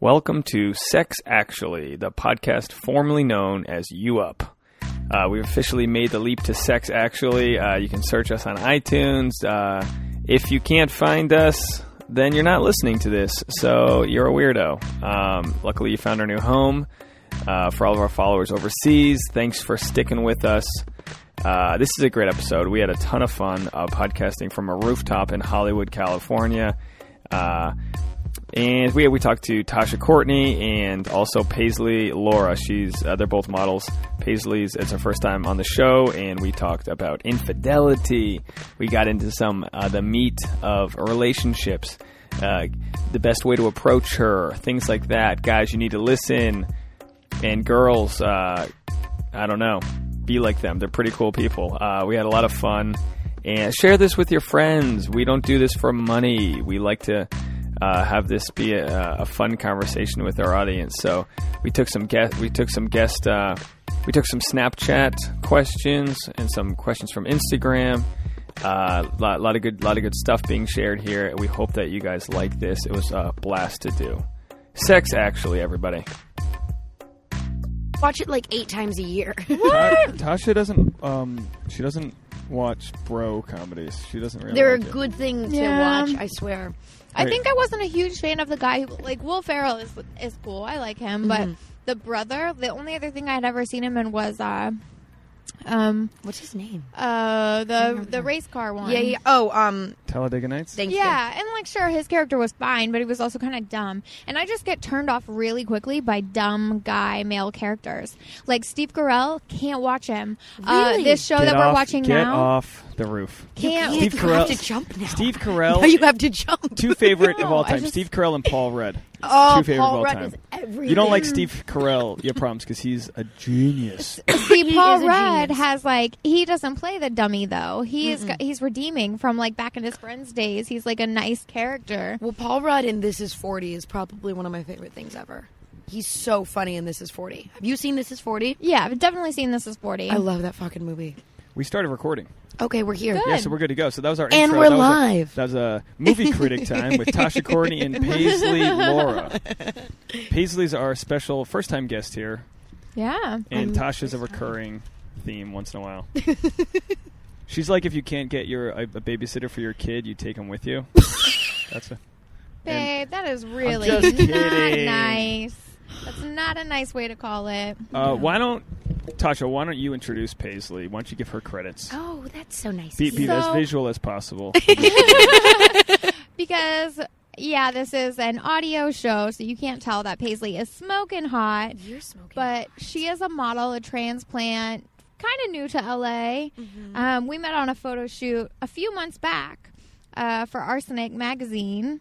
Welcome to Sex Actually, the podcast formerly known as You Up. Uh, we've officially made the leap to Sex Actually. Uh, you can search us on iTunes. Uh, if you can't find us, then you're not listening to this, so you're a weirdo. Um, luckily, you found our new home. Uh, for all of our followers overseas, thanks for sticking with us. Uh, this is a great episode. We had a ton of fun uh, podcasting from a rooftop in Hollywood, California. Uh, and we we talked to Tasha Courtney and also Paisley Laura. She's uh, they're both models. Paisley's it's her first time on the show, and we talked about infidelity. We got into some uh, the meat of relationships, uh, the best way to approach her, things like that. Guys, you need to listen, and girls, uh, I don't know, be like them. They're pretty cool people. Uh, we had a lot of fun. And share this with your friends. We don't do this for money. We like to uh, have this be a, a fun conversation with our audience. So we took some guest, we took some guest, uh, we took some Snapchat questions and some questions from Instagram. A uh, lot, lot of good, lot of good stuff being shared here. We hope that you guys like this. It was a blast to do. Sex, actually, everybody. Watch it like eight times a year. Ta- Uh, Tasha doesn't. Um, she doesn't watch bro comedies. She doesn't really. They're a like it. good thing to Yeah. watch, I swear. I Right. think I wasn't a huge fan of the guy. Who, like Will Ferrell is is cool. I like him, Mm-hmm. but the brother, the only other thing I'd ever seen him in was uh, um, What's his name? uh, the the race car one. Yeah, yeah. Oh, um, Talladega Nights. thank Yeah, and like sure, his character was fine, but he was also kind of dumb. And I just get turned off really quickly by dumb guy male characters. Like Steve Carell, can't watch him. Uh, Really? this show Get that we're off- watching get now, off the roof. You. can't. You Steve Carell- have to jump now. Steve Carell. Now you have to jump. two favorite of all No, I time: just- Steve Carell and Paul Rudd. Oh, two favorite Paul of all Rudd time. is everything. You don't like Steve Carell, your problems, because he's a genius. See, is Paul a Rudd genius. has like he doesn't play the dummy though. He is he's redeeming from like back in his friends' days. He's like a nice character. Well, Paul Rudd in This Is 40 is probably one of my favorite things ever. He's so funny in This Is 40. Have you seen This Is 40? Yeah, I've definitely seen this as forty. I love that fucking movie. We started recording. Okay, we're here. Yeah, so we're good to go. So that was our And intro. we're that was a- live. that was a movie critic time with Tasha Courtney and Paisley Laura. Paisley's our special first time guest here, yeah, and I'm Tasha's a recurring theme once in a while. She's like if you can't get your a, a babysitter for your kid, you take him with you. That's a, babe, that is really just not kidding. nice. That's not a nice way to call it. uh, why don't Tasha? Why don't you introduce Paisley? Why don't you give her credits? Oh, that's so nice. Be, be as So- visual as possible. because yeah, this is an audio show, so you can't tell that Paisley is smoking hot. You're smoking. but she is a model, a transplant, kind of new to LA. Um, we met on a photo shoot a few months back uh, for Arsenic magazine,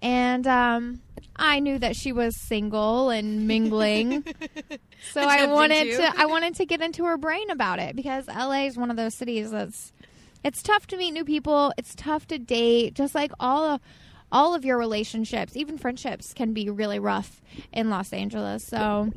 and um, I knew that she was single and mingling, so I jumped wanted into. to I wanted to get into her brain about it because LA is one of those cities that's it's tough to meet new people. It's tough to date. Just like all of, all of your relationships, even friendships, can be really rough in Los Angeles. So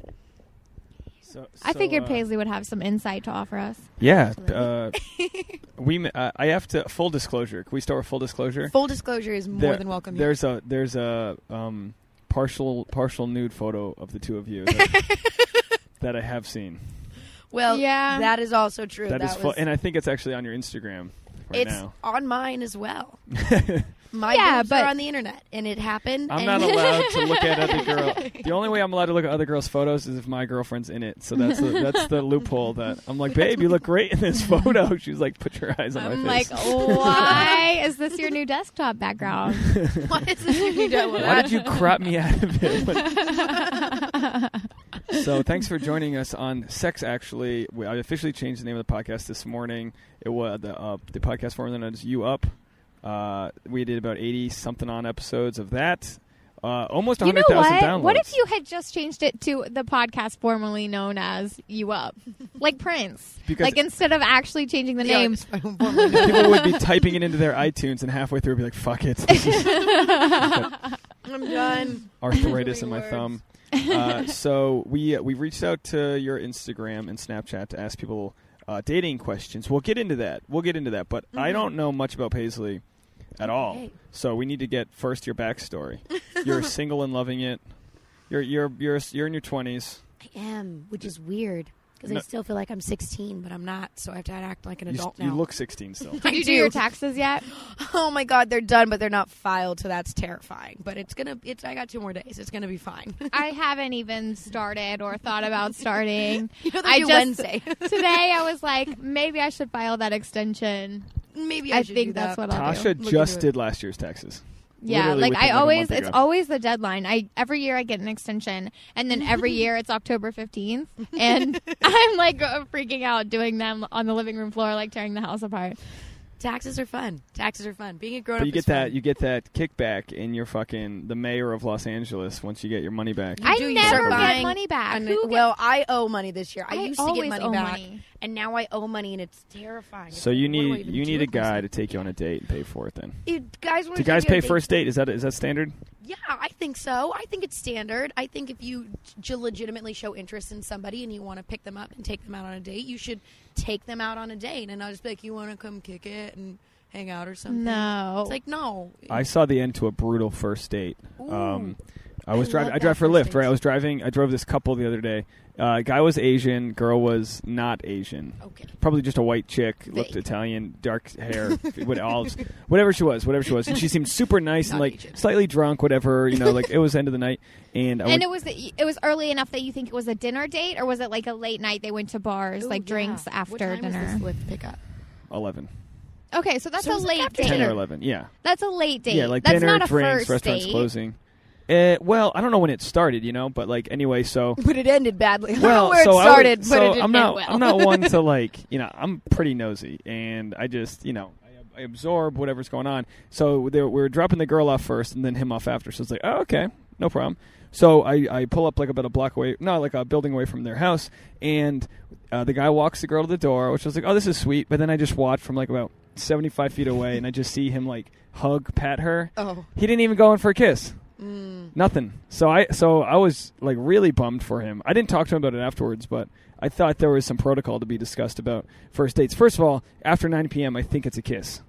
So- I so, figured uh, Paisley would have some insight to offer us. Yeah, uh, we. ma- Uh, I have to full disclosure. Can we start with full disclosure? full disclosure is more There- than welcome. here. There's a there's a um, partial partial nude photo of the two of you that, that I have seen. Well, Yeah. that is also true. that is, fu- was, and I think it's actually on your Instagram right it's now. on mine as well. My Yeah, boobs but- are on the internet, and it happened. I'm not and allowed to look at other girl. The only way I'm allowed to look at other girls' photos is if my girlfriend's in it. So that's the, that's the loophole that I'm like, babe, you look great in this photo. She's like, put your eyes on I'm my like, face. why is this your new desktop background? What is this? You don't want Why did you crop me out of it? so thanks for joining us on Sex. Actually, we, I officially changed the name of the podcast this morning. It was the uh, the podcast formerly known as You Up. Uh, we did about eighty something on episodes of that. Uh, almost you know hundred thousand what? downloads. What if you had just changed it to the podcast formerly known as You Up, like Prince? Because- like instead of actually changing the name, People would be typing it into their iTunes and halfway through, be like, "Fuck it, this is I'm done. arthritis in my Words. thumb. Uh, so we uh, we reached out to your Instagram and Snapchat to ask people uh, dating questions. We'll get into that. We'll get into that. But I Mm-hmm. don't know much about Paisley at all. Okay. So we need to get first your backstory. You're single and loving it. You're you're you're you're in your twenties. I am, which is weird because No. I still feel like I'm 16, but I'm not. So I have to act like an You, adult you now. look 16 still. Did I you do. do your taxes yet? oh my god, they're done, but they're not filed, so that's terrifying. But it's gonna. It's. I got two more days. It's gonna be fine. I haven't even started or thought about starting. you know, they I do just- Wednesday. Today I was like, maybe I should file that extension. Maybe I, I, should think do that's that. what I'll do. Tasha Look just into did last year's taxes. Yeah, Literally like within, I like, a always, month it's ago. always the deadline. I every year I get an extension, and then every year it's October fifteenth, and I'm like uh, freaking out doing them on the living room floor, like tearing the house apart. Taxes are fun. Taxes are fun. Being a grown But up. you get is that fun. you get that kickback in your fucking the mayor of Los Angeles once you get your money back. You I do, you never start get buying money back. And Who it- gets- well, I owe money this year. I, I used to get always money owe back, money. and now I owe money, and it's terrifying. It's So like, you what do I need even you do need a with guy myself? to take you on a date and pay for it. Then You guys want do guys pay first date? Is that is that standard? Yeah, I think so. I think it's standard. I think if you j- legitimately show interest in somebody and you want to pick them up and take them out on a date, you should take them out on a date and not just be like, you want to come kick it and hang out or something. no, It's like, no. I saw the end to a brutal first date. Um, I was I driving. love I drive that for first Lyft, right? dates. I was driving. I drove this couple the other day. Uh, guy was Asian, girl was not Asian. okay. Probably just a white chick, looked Vague. Italian, dark hair, what olives, whatever she was, whatever she was, and she seemed super nice and Not like Asian. slightly drunk, whatever. You know, like it was the end of the night, and I and went, it was it was early enough that you think it was a dinner date, or was it like a late night? They went to bars, Ooh, like yeah. drinks after what time dinner. Is this Lyft pickup? eleven, Okay, so that's So it a was, like, late after date. ten or Dinner. eleven, yeah. That's a late date. Yeah, like that's dinner, not a drinks, first restaurants date. closing. Uh, well, I don't know when it started, you know, but like anyway, so But it ended badly. well, where so it I started, was- but so it didn't I'm not, end well. I'm not one to like, you know, I'm pretty nosy, and I just, you know, I, I absorb whatever's going on. So they, were- we were dropping the girl off first, and then him off after. So it's like, oh, okay, no problem. So I, I pull up like about a block away, no, like a building away from their house, and uh, the guy walks the girl to the door, which I was like, oh, this is sweet. But then I just watch from like about 75 feet away, and I just see him like hug, pat her. Oh. He didn't even go in for a kiss. Nothing. So I so I was like really bummed for him. I didn't talk to him about it afterwards, but I thought there was some protocol to be discussed about first dates. First of all, after 9 p.m., I think it's a kiss.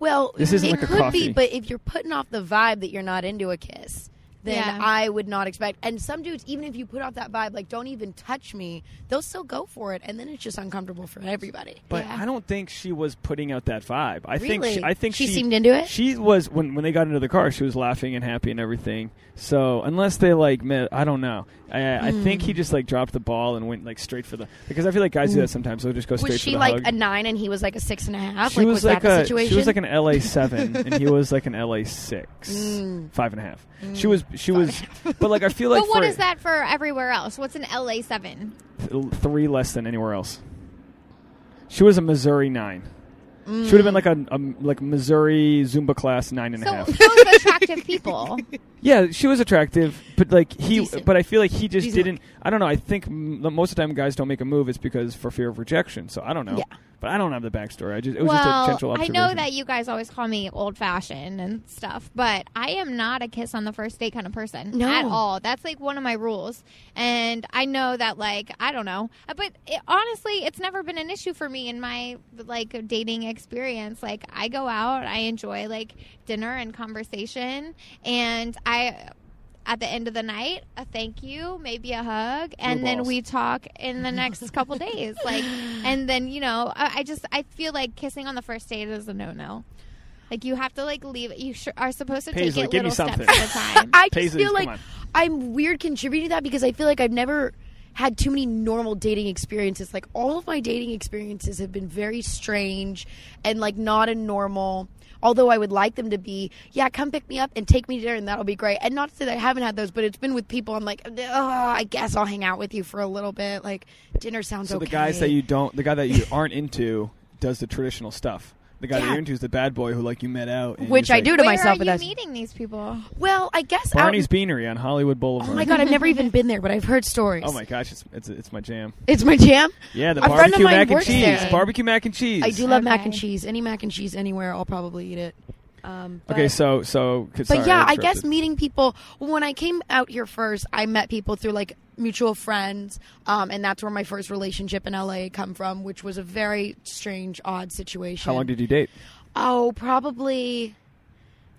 Well, This isn't it like a could coffee. be, but if you're putting off the vibe that you're not into a kiss, then Yeah. I would not expect. And some dudes, even if you put off that vibe, like don't even touch me, they'll still go for it, and then it's just uncomfortable for everybody. But Yeah. I don't think she was putting out that vibe. I think she, Really? I think she, She seemed into it? She was when when they got into the car, she was laughing and happy and everything. So unless they like met, I don't know. I, I think Hmm. he just like dropped the ball and went like straight for the because I feel like guys do that sometimes. They'll just go straight Mm. was for she the like hug. a nine and he was like a six and a half? She like was, was like that the a situation? she was like an LA seven, and he was like an LA six, Mm. five and a half. She was she was, but like I feel like but what for is that for everywhere else? What's an LA seven? th- three less than anywhere else. She was a Missouri nine. She would have been like a, a like Missouri Zumba class nine and a So half. those attractive people. Yeah, she was attractive, but like he, Decent. but I feel like he just Decent didn't. I don't know. I think m- the- most of the time guys don't make a move. It's because for fear of rejection. So I don't know. Yeah. But I don't have the backstory. I just it was just a well, potential I observation. know that you guys always call me old fashioned and stuff, but I am not a kiss on the first date kind of person No. at all. That's like one of my rules, and I know that like I don't know, Uh, but it, honestly, it's never been an issue for me in my like dating experience. Like I go out, I enjoy like dinner and conversation, and I. At the end of the night, a thank you, maybe a hug, and then balls. we talk in the next couple days. Like, and then you know, I, I just I feel like kissing on the first date is a no no. Like you have to like leave. You sh- are supposed to Paisley, take it give me little steps something. at a time. I just Paisley, feel come like on. I'm weird contributing to that because I feel like I've never had too many normal dating experiences. Like all of my dating experiences have been very strange and like not a normal. Although I would like them to be, yeah, come pick me up and take me to dinner, and that'll be great. And not to say that I haven't had those, but it's been with people. I'm like, oh, I guess I'll hang out with you for a little bit. Like dinner sounds So okay. the guys that you don't, the guy that you aren't into, does the traditional stuff. The guy that Yeah. you're into is the bad boy who like you met out. And Which you're I just do like, to Where myself, are but you that's meeting these people? well, I guess out- Barney's Beanery on Hollywood Boulevard. Oh my god, I've never even been there, but I've heard stories. Oh my gosh, it's it's, it's my jam. It's my jam. Yeah, the A friend of barbecue mine mac and works cheese. there. Barbecue mac and cheese. I do love mac Okay. and cheese. Any mac and cheese anywhere, I'll probably eat it. Um, but, Okay, so so. but yeah, I guess meeting people. When I came out here first, I met people through like mutual friends, um, and that's where my first relationship in LA come from, which was a very strange, odd situation. How long did you date? Oh, probably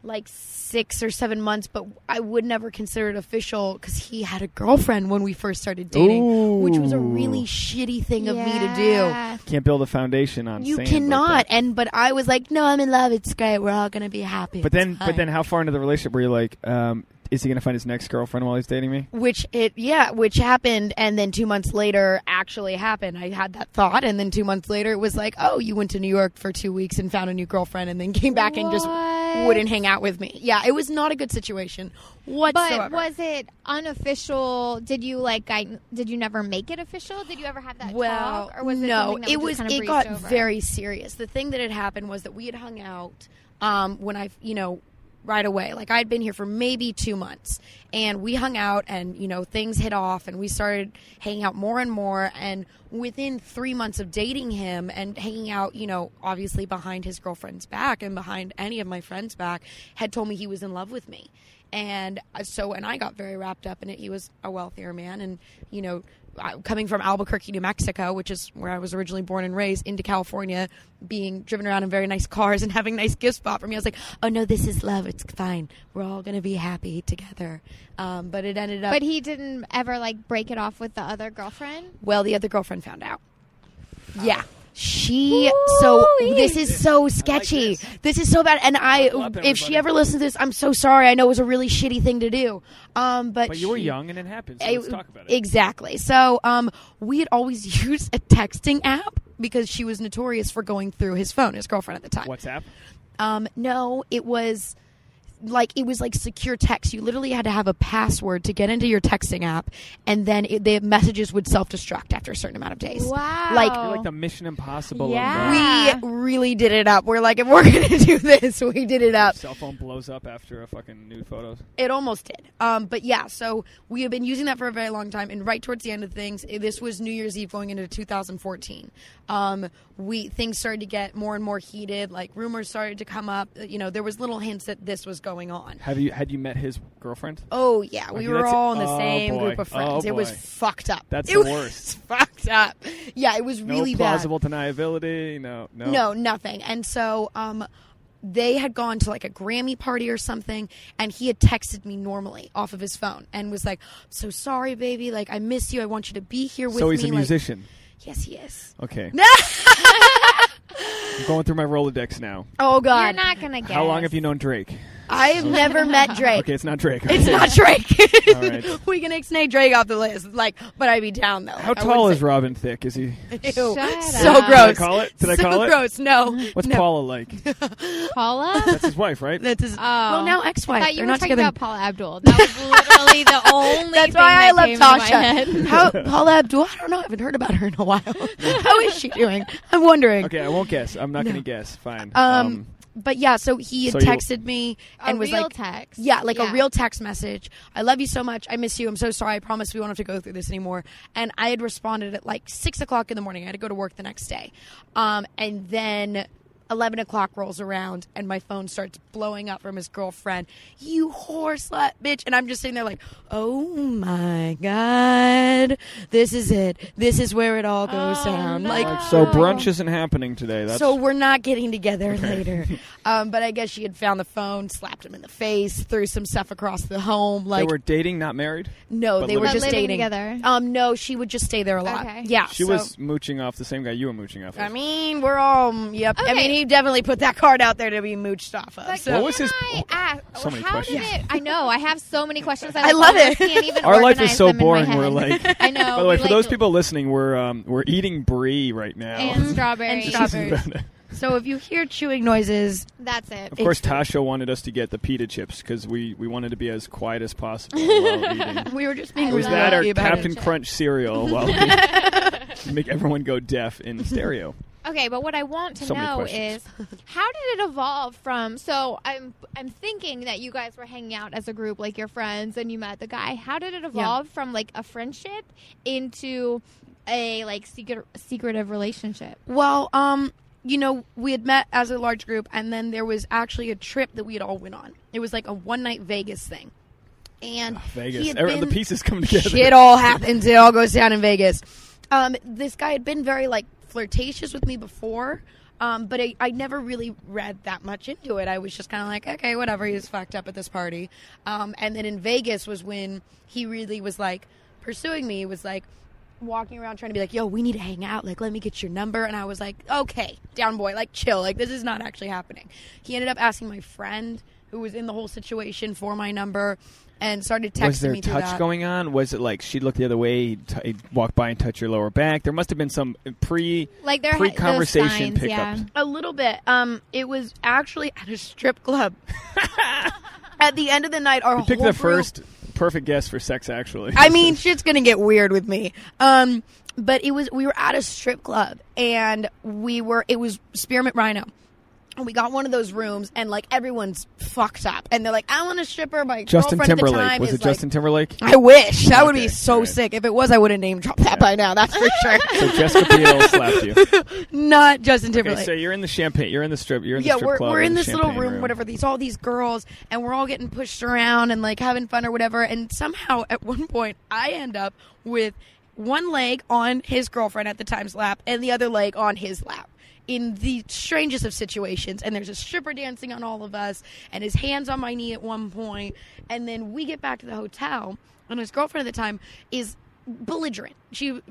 like six or seven months, but I would never consider it official because he had a girlfriend when we first started dating, which was a really Ooh. shitty thing of me to do. Yeah. Can't build a foundation on. You sand like cannot. that. and but I was like, no, I'm in love. It's great. We're all gonna be happy. But It's then, but fine." then, how far into the relationship were you like, um, is he going to find his next girlfriend while he's dating me? which it yeah, which happened, and then two months later actually happened. I had that thought, and then two months later it was like, oh, you went to New York for two weeks and found a new girlfriend, and then came back and just What? wouldn't hang out with me. Yeah, it was not a good situation whatsoever. But was it unofficial? Did you like? I, did you never make it official? Did you ever have that well, talk? Or was it no, something that it was was. just kinda it breezed got over? very serious. The thing that had happened was that we had hung out um, when I, you know, right away. Like I'd been here for maybe two months, and we hung out, and you know, things hit off, and we started hanging out more and more. And within three months of dating him and hanging out, you know, obviously behind his girlfriend's back and behind any of my friends' back, had told me he was in love with me. And uh, so, and I got very wrapped up in it. He was a wealthier man, and you know, I- coming from Albuquerque, New Mexico, which is where I was originally born and raised, into California, being driven around in very nice cars and having nice gifts bought for me. I was like, oh no, this is love. It's fine. We're all going to be happy together. Um, but it ended up, But he didn't ever like break it off with the other girlfriend. well, the other girlfriend found out. Oh. Yeah. She so Ooh-wee. this is so sketchy. this. is so bad, and I up, if everybody. she ever listens to this, I'm so sorry. I know it was a really shitty thing to do. Um, but But you were she- young, and it happened. So I- let's talk about it. Exactly. So um, we had always used a texting app because she was notorious for going through his phone, his girlfriend at the time. WhatsApp. Um, no, it was like it was like secure text. You literally had to have a password to get into your texting app, and then it, the messages would self destruct after a certain amount of days. Wow. Like You're like the Mission Impossible. Yeah. Of that. Yeah. we really did it up. We're like, if we're gonna do this, we did it up. uh, Cell phone blows up after a fucking nude photos. It almost did. Um, but yeah, so we have been using that for a very long time. And right towards the end of things, eh, this was New Year's Eve going into 2014. Um, we things started to get more and more heated. Like rumors started to come up. eh, You know, there was little hints that this was going on. Have you had you met his girlfriend? Oh yeah, we Okay, were that's- all in the oh, same boy. group of Oh, friends. it was boy. fucked up. That's it the was worst. Fucked up. Yeah, it was really no bad. plausible deniability. No, no. No, nothing. And so um, they had gone to like a Grammy party or something, and he had texted me normally off of his phone and was like, "So sorry, baby. Like I miss you. I want you to be here with So he's me." a like- musician. yes, he is. Okay. I'm going through my Rolodex now. Oh God, You're not gonna get. How long have you known Drake? I have never met Drake. Okay, it's not Drake. It's not Drake. All right. we can ex-nay Drake off the list. Like, but I'd be down though. How tall is Robin Thicke? Is he? Ew, Shut so up. gross. Did I call it? Did I so call it? gross. No. What's no. Paula like? Paula? That's his wife, right? That's his. Well, now ex-wife. I Oh. thought you They're were not talking together. about Paula Abdul. That was literally the only. That's thing why I that love came into Tasha. my head. How Paula Abdul? I don't know. I haven't heard about her in a while. How is she doing? I'm wondering. Okay, I won't guess. I'm not going to guess. Fine. Um, but yeah, so he had So you- texted me and a was real like, text. yeah, like a real text message. I love you so much. I miss you. I'm so sorry. I promise we won't have to go through this anymore. And I had responded at like six o'clock in the morning. I had to go to work the next day. Um, and then 11 o'clock rolls around and my phone starts blowing up from his girlfriend. You whore slut bitch. And I'm just sitting there like, oh my God. This is it. This is where it all goes Oh, down. no. Like, Um, so brunch isn't happening today. That's uh, so we're not getting together later. um, but I guess she had found the phone, slapped him in the face, threw some stuff across the home. they Like were dating, not married. no, but they were living- just But living dating together. Oh, Um, no, she would just stay there a lot. Okay. Yeah, She so- was mooching off the same guy you were mooching off. I of. mean, we're all mm, yep. I Okay. mean, he definitely put that card out there to be mooched off of. But so. can What was his- I ask, So many how questions. Did it, I know. I have so many questions. I, I like, love almost it. Can't even Our life organize is so them in my boring. We're head. like- I know. By the way, we for like- those people listening, we're um, we're eating brie right now. and strawberry, And strawberry. So if you hear chewing noises, That's it. Of course, Tasha wanted us to get the pita chips because we, we wanted to be as quiet as possible while eating. we were just being I It was love that or really about Captain it. Crunch cereal while we make everyone go deaf in stereo. Okay, but what I want to So many know is questions. how did it evolve from? So I'm I'm thinking that you guys were hanging out as a group, like your friends, and you met the guy. How did it evolve from like a friendship into a like secret secretive relationship? Well, um, you know, we had met as a large group, and then there was actually a trip that we had all went on. It was like a one night Vegas thing, and Ah, Vegas. he had Every- been- the pieces come together. Shit all happens. It all goes down in Vegas. Um, this guy had been very like flirtatious with me before. Um, but I, I never really read that much into it. I was just kind of like, okay, whatever. He was fucked up at this party. Um, and then in Vegas was when he really was like pursuing me. He was like walking around trying to be like, yo, we need to hang out. Like, let me get your number. And I was like, okay, down boy, like, chill. Like, this is not actually happening. He ended up asking my friend who was in the whole situation for my number and started texting was there me through touch that. going on? Was it like she looked the other way, he'd, t- he'd walk by and touch your lower back? There must have been some uh, pre Like there pre conversation signs, yeah. pickups. A little bit. Um, it was actually at a strip club. at the end of the night, our You picked whole the group- first perfect guess for sex, actually. I mean, shit's gonna get weird with me. Um, but it was we were at a strip club and we were it was Spearmint Rhino. And we got one of those rooms and like everyone's fucked up and they're like, I want a stripper. My Justin girlfriend Timberlake. at the time was is it like, Justin Timberlake? I wish that would be Okay, so alright. sick. If it was, I would have name dropped that by now. That's for sure. so Jessica Biel slapped you. Not Justin Timberlake. Okay, so you're in the champagne. You're in the strip. You're in the yeah, strip we're, club. we're or in the this little champagne room, whatever. These all these girls, and we're all getting pushed around and like having fun or whatever. And somehow, at one point, I end up with one leg on his girlfriend at the time's lap, and the other leg on his lap. In the strangest of situations, and there's a stripper dancing on all of us, and his hands on my knee at one point, and then we get back to the hotel, and his girlfriend at the time is belligerent. She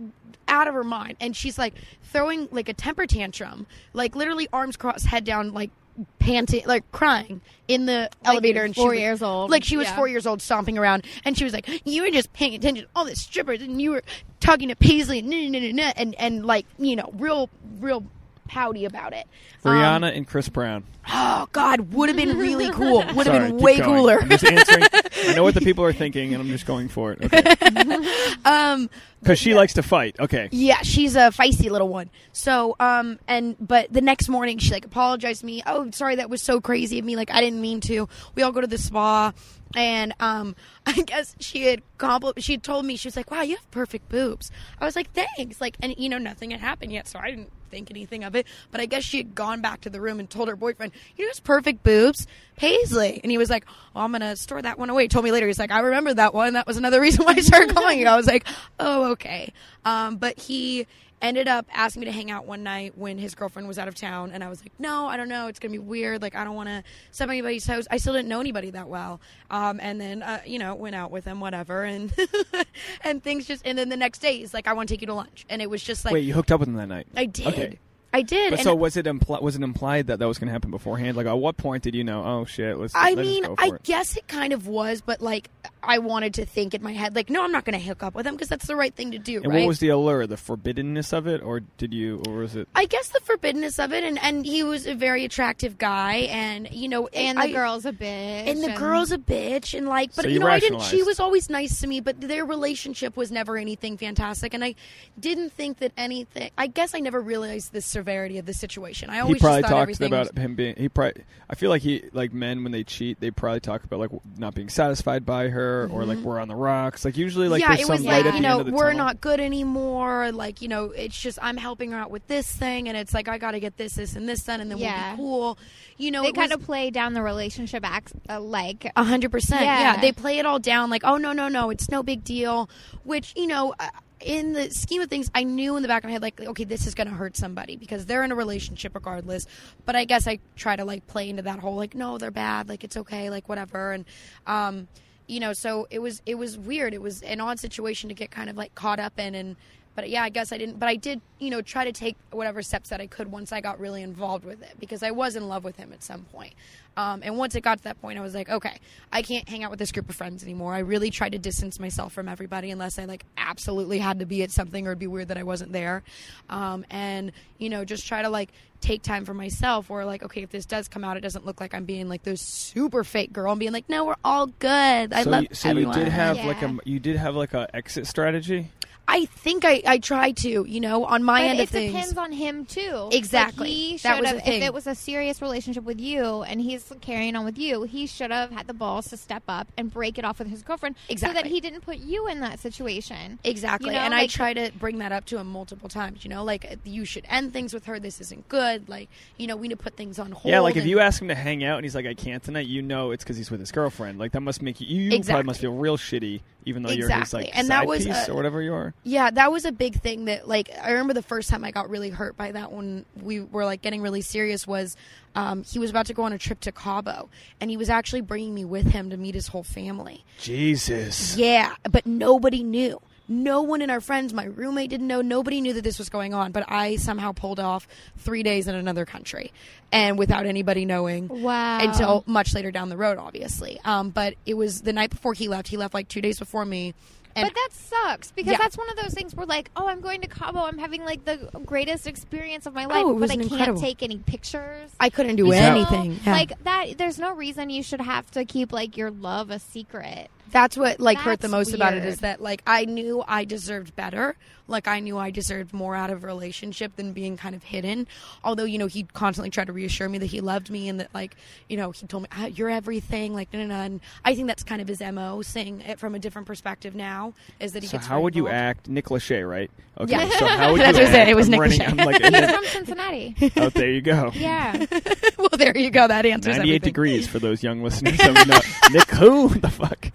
out of her mind, and she's like throwing like a temper tantrum, like literally arms crossed, head down, like panting, like crying in the elevator. And she four was- years old. like she was Yeah. four years old, stomping around, and she was like, "You were just paying attention to all the strippers, and you were talking to Paisley, and nah, nah, nah, nah, and and like you know, real, real." Pouty about it. Um, room. Rihanna and Chris Brown. oh God, would have been really cool. Would have Sorry, been keep way going. cooler. I'm just answering. I know what the people are thinking, and I'm just going for it. Okay. Um, Because she likes to fight. Okay. Yeah, she's a feisty little one. So, um, and but the next morning she like apologized to me. Oh, sorry, that was so crazy of me. Like I didn't mean to. We all go to the spa, and um, I guess she had compl- She had told me she was like, "Wow, you have perfect boobs." I was like, "Thanks." Like, and you know, nothing had happened yet, so I didn't think anything of it. But I guess she had gone back to the room and told her boyfriend, "You know, who's perfect boobs, Paisley." And he was like, "Well, I'm gonna store that one away." He told me later, he's like, "I remember that one. That was another reason why I started calling you." I was like, "Oh, okay." Um, but he ended up asking me to hang out one night when his girlfriend was out of town, and I was like, "No, I don't know. It's gonna be weird. Like, I don't want to step on anybody's toes." I still didn't know anybody that well. Um, and then uh, you know, went out with him, whatever, and and things just. And then the next day, he's like, "I want to take you to lunch," and it was just like, Wait, you hooked up with him that night. "I did." Okay. I did. But and so was it impl- was it implied that that was going to happen beforehand? Like, at what point did you know? Oh shit! Let's. I let's just mean, go for I it. guess it kind of was, but like I wanted to think in my head, like, no, I'm not going to hook up with him because that's the right thing to do, And right? what was the allure? The forbiddenness of it, or did you, or was it? I guess the forbiddenness of it, and and he was a very attractive guy, and you know, and the I- girl's a bitch. And the girl's a bitch, and like, but So you you know, I didn't. She rationalized. was always nice to me, but their relationship was never anything fantastic, and I didn't think that anything. I guess I never realized the severity of the situation. I He always probably just thought talked everything was- about him being. He probably. I feel like he like men when they cheat, they probably talk about like not being satisfied by her, or like we're on the rocks. Like usually, like Mm-hmm. yeah, there's it some was light like at you the end know of the we're tunnel. not good anymore. Like you know, it's just I'm helping her out with this thing, and it's like I got to get this, this, and this done, and then Yeah. we'll be cool. You know, they it kind was- of play down the relationship act, uh, like A hundred percent. Yeah. Yeah, they play it all down like, oh no, no, no, it's no big deal. Which you know, uh, in the scheme of things, I knew in the back of my head like, okay, this is going to hurt somebody because they're in a relationship regardless. But I guess I try to like play into that whole like, no, they're bad, like it's okay, like whatever, and um, you know, so it was it was weird. It was an odd situation to get kind of like caught up in and. But yeah, I guess I didn't. But I did, you know, try to take whatever steps that I could once I got really involved with it because I was in love with him at some point. Um, and once it got to that point, I was like, okay, I can't hang out with this group of friends anymore. I really tried to distance myself from everybody unless I like absolutely had to be at something or it'd be weird that I wasn't there. Um, and, you know, just try to like take time for myself where like, okay, if this does come out, it doesn't look like I'm being like this super fake girl and being like, no, we're all good. I so love you, so everyone. you did have like Yeah. a you did have like a exit strategy. I think I, I try to, you know, on my But end it of things. depends on him too. Exactly. Like, he should That was have. the thing. If it was a serious relationship with you, and he's carrying on with you, he should have had the balls to step up and break it off with his girlfriend, so that Exactly. he didn't put you in that situation. Exactly. You know, and I like- try to bring that up to him multiple times, you know, like uh, you should end things with her. This isn't good. Like, you know, we need to put things on hold. Yeah, like if and- you ask him to hang out and he's like, "I can't tonight," you know it's because he's with his girlfriend. Like that must make you you probably must Exactly. feel real shitty even though you're his Exactly. like And side that was piece a- or whatever you are. Yeah, that was a big thing that like I remember the first time I got really hurt by that when we were like getting really serious was um, he was about to go on a trip to Cabo and he was actually bringing me with him to meet his whole family. Jesus. Yeah, but nobody knew. No one in our friends, my roommate didn't know. Nobody knew that this was going on, but I somehow pulled off 3 days in another country and without anybody knowing Wow. until much later down the road obviously. Um, but it was the night before he left. He left like 2 days before me. And but that sucks because Yeah. that's one of those things where like, oh, I'm going to Cabo. I'm having like the greatest experience of my life, Oh, it but was I an can't incredible- take any pictures. I couldn't do Is that- anything. Yeah. Like that there's no reason you should have to keep like your love a secret. That's what like hurt the That's most about it weird. is that like I knew I deserved better. Like I knew I deserved more out of a relationship than being kind of hidden. Although you know he constantly tried to reassure me that he loved me and that like you know he told me ah, you're everything. Like no no no. And I think that's kind of his mo, seeing it from a different perspective now is that he So gets how very would you involved. act, Nick Lachey, right? Okay, Yeah. so how would That's you what I said, act? it was I'm Nick running, Lachey. I'm like, He's from Cincinnati. oh, there you go. Yeah. well, there you go. That answers 98 everything. degrees for those young listeners. I mean, no, Nick, who the fuck?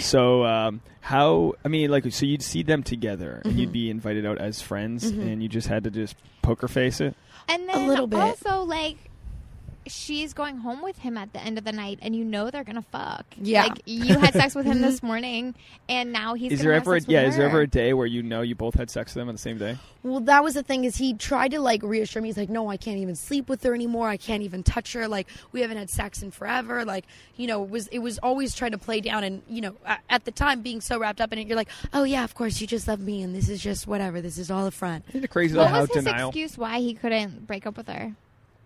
So, um, how? I mean, like, so you'd see them together, and you'd be invited out as friends, and you just had to just poker face it. And then little bit. also like she's going home with him at the end of the night and you know they're gonna fuck. Yeah. Like you had sex with him this morning and now he's Is gonna there have ever? A, sex with yeah, is there her. ever a day where you know you both had sex with them on the same day? Well, that was the thing is he tried to like reassure me. He's like, no, I can't even sleep with her anymore. I can't even touch her. Like we haven't had sex in forever. Like you know, it was it was always trying to play down and you know a- at the time being so wrapped up in it, you're like, oh yeah, of course you just love me and this is just whatever. This is all a front. Isn't it crazy what how was his denial? excuse why he couldn't break up with her?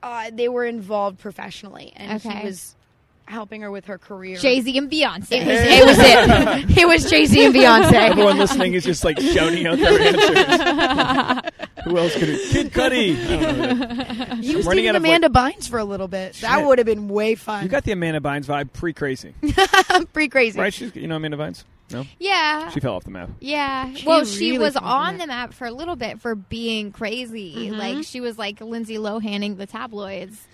Uh, they were involved professionally, and Okay. he was helping her with her career. Jay Z and Beyonce. It was it. Was it. it was Jay Z and Beyonce. Everyone listening is just like shouting out their answers. Who else could it? Kid Cudi. I don't know. You running dated out of, Amanda Bynes for a little bit. That Shit. would have been way fun. You got the Amanda Bynes vibe, pre crazy, pretty crazy. right? She's, you know Amanda Bynes? No, yeah. she fell off the map. yeah. She well, she really was fucking on did. the map for a little bit for being crazy. Mm-hmm. Like she was like Lindsay Lohanning the tabloids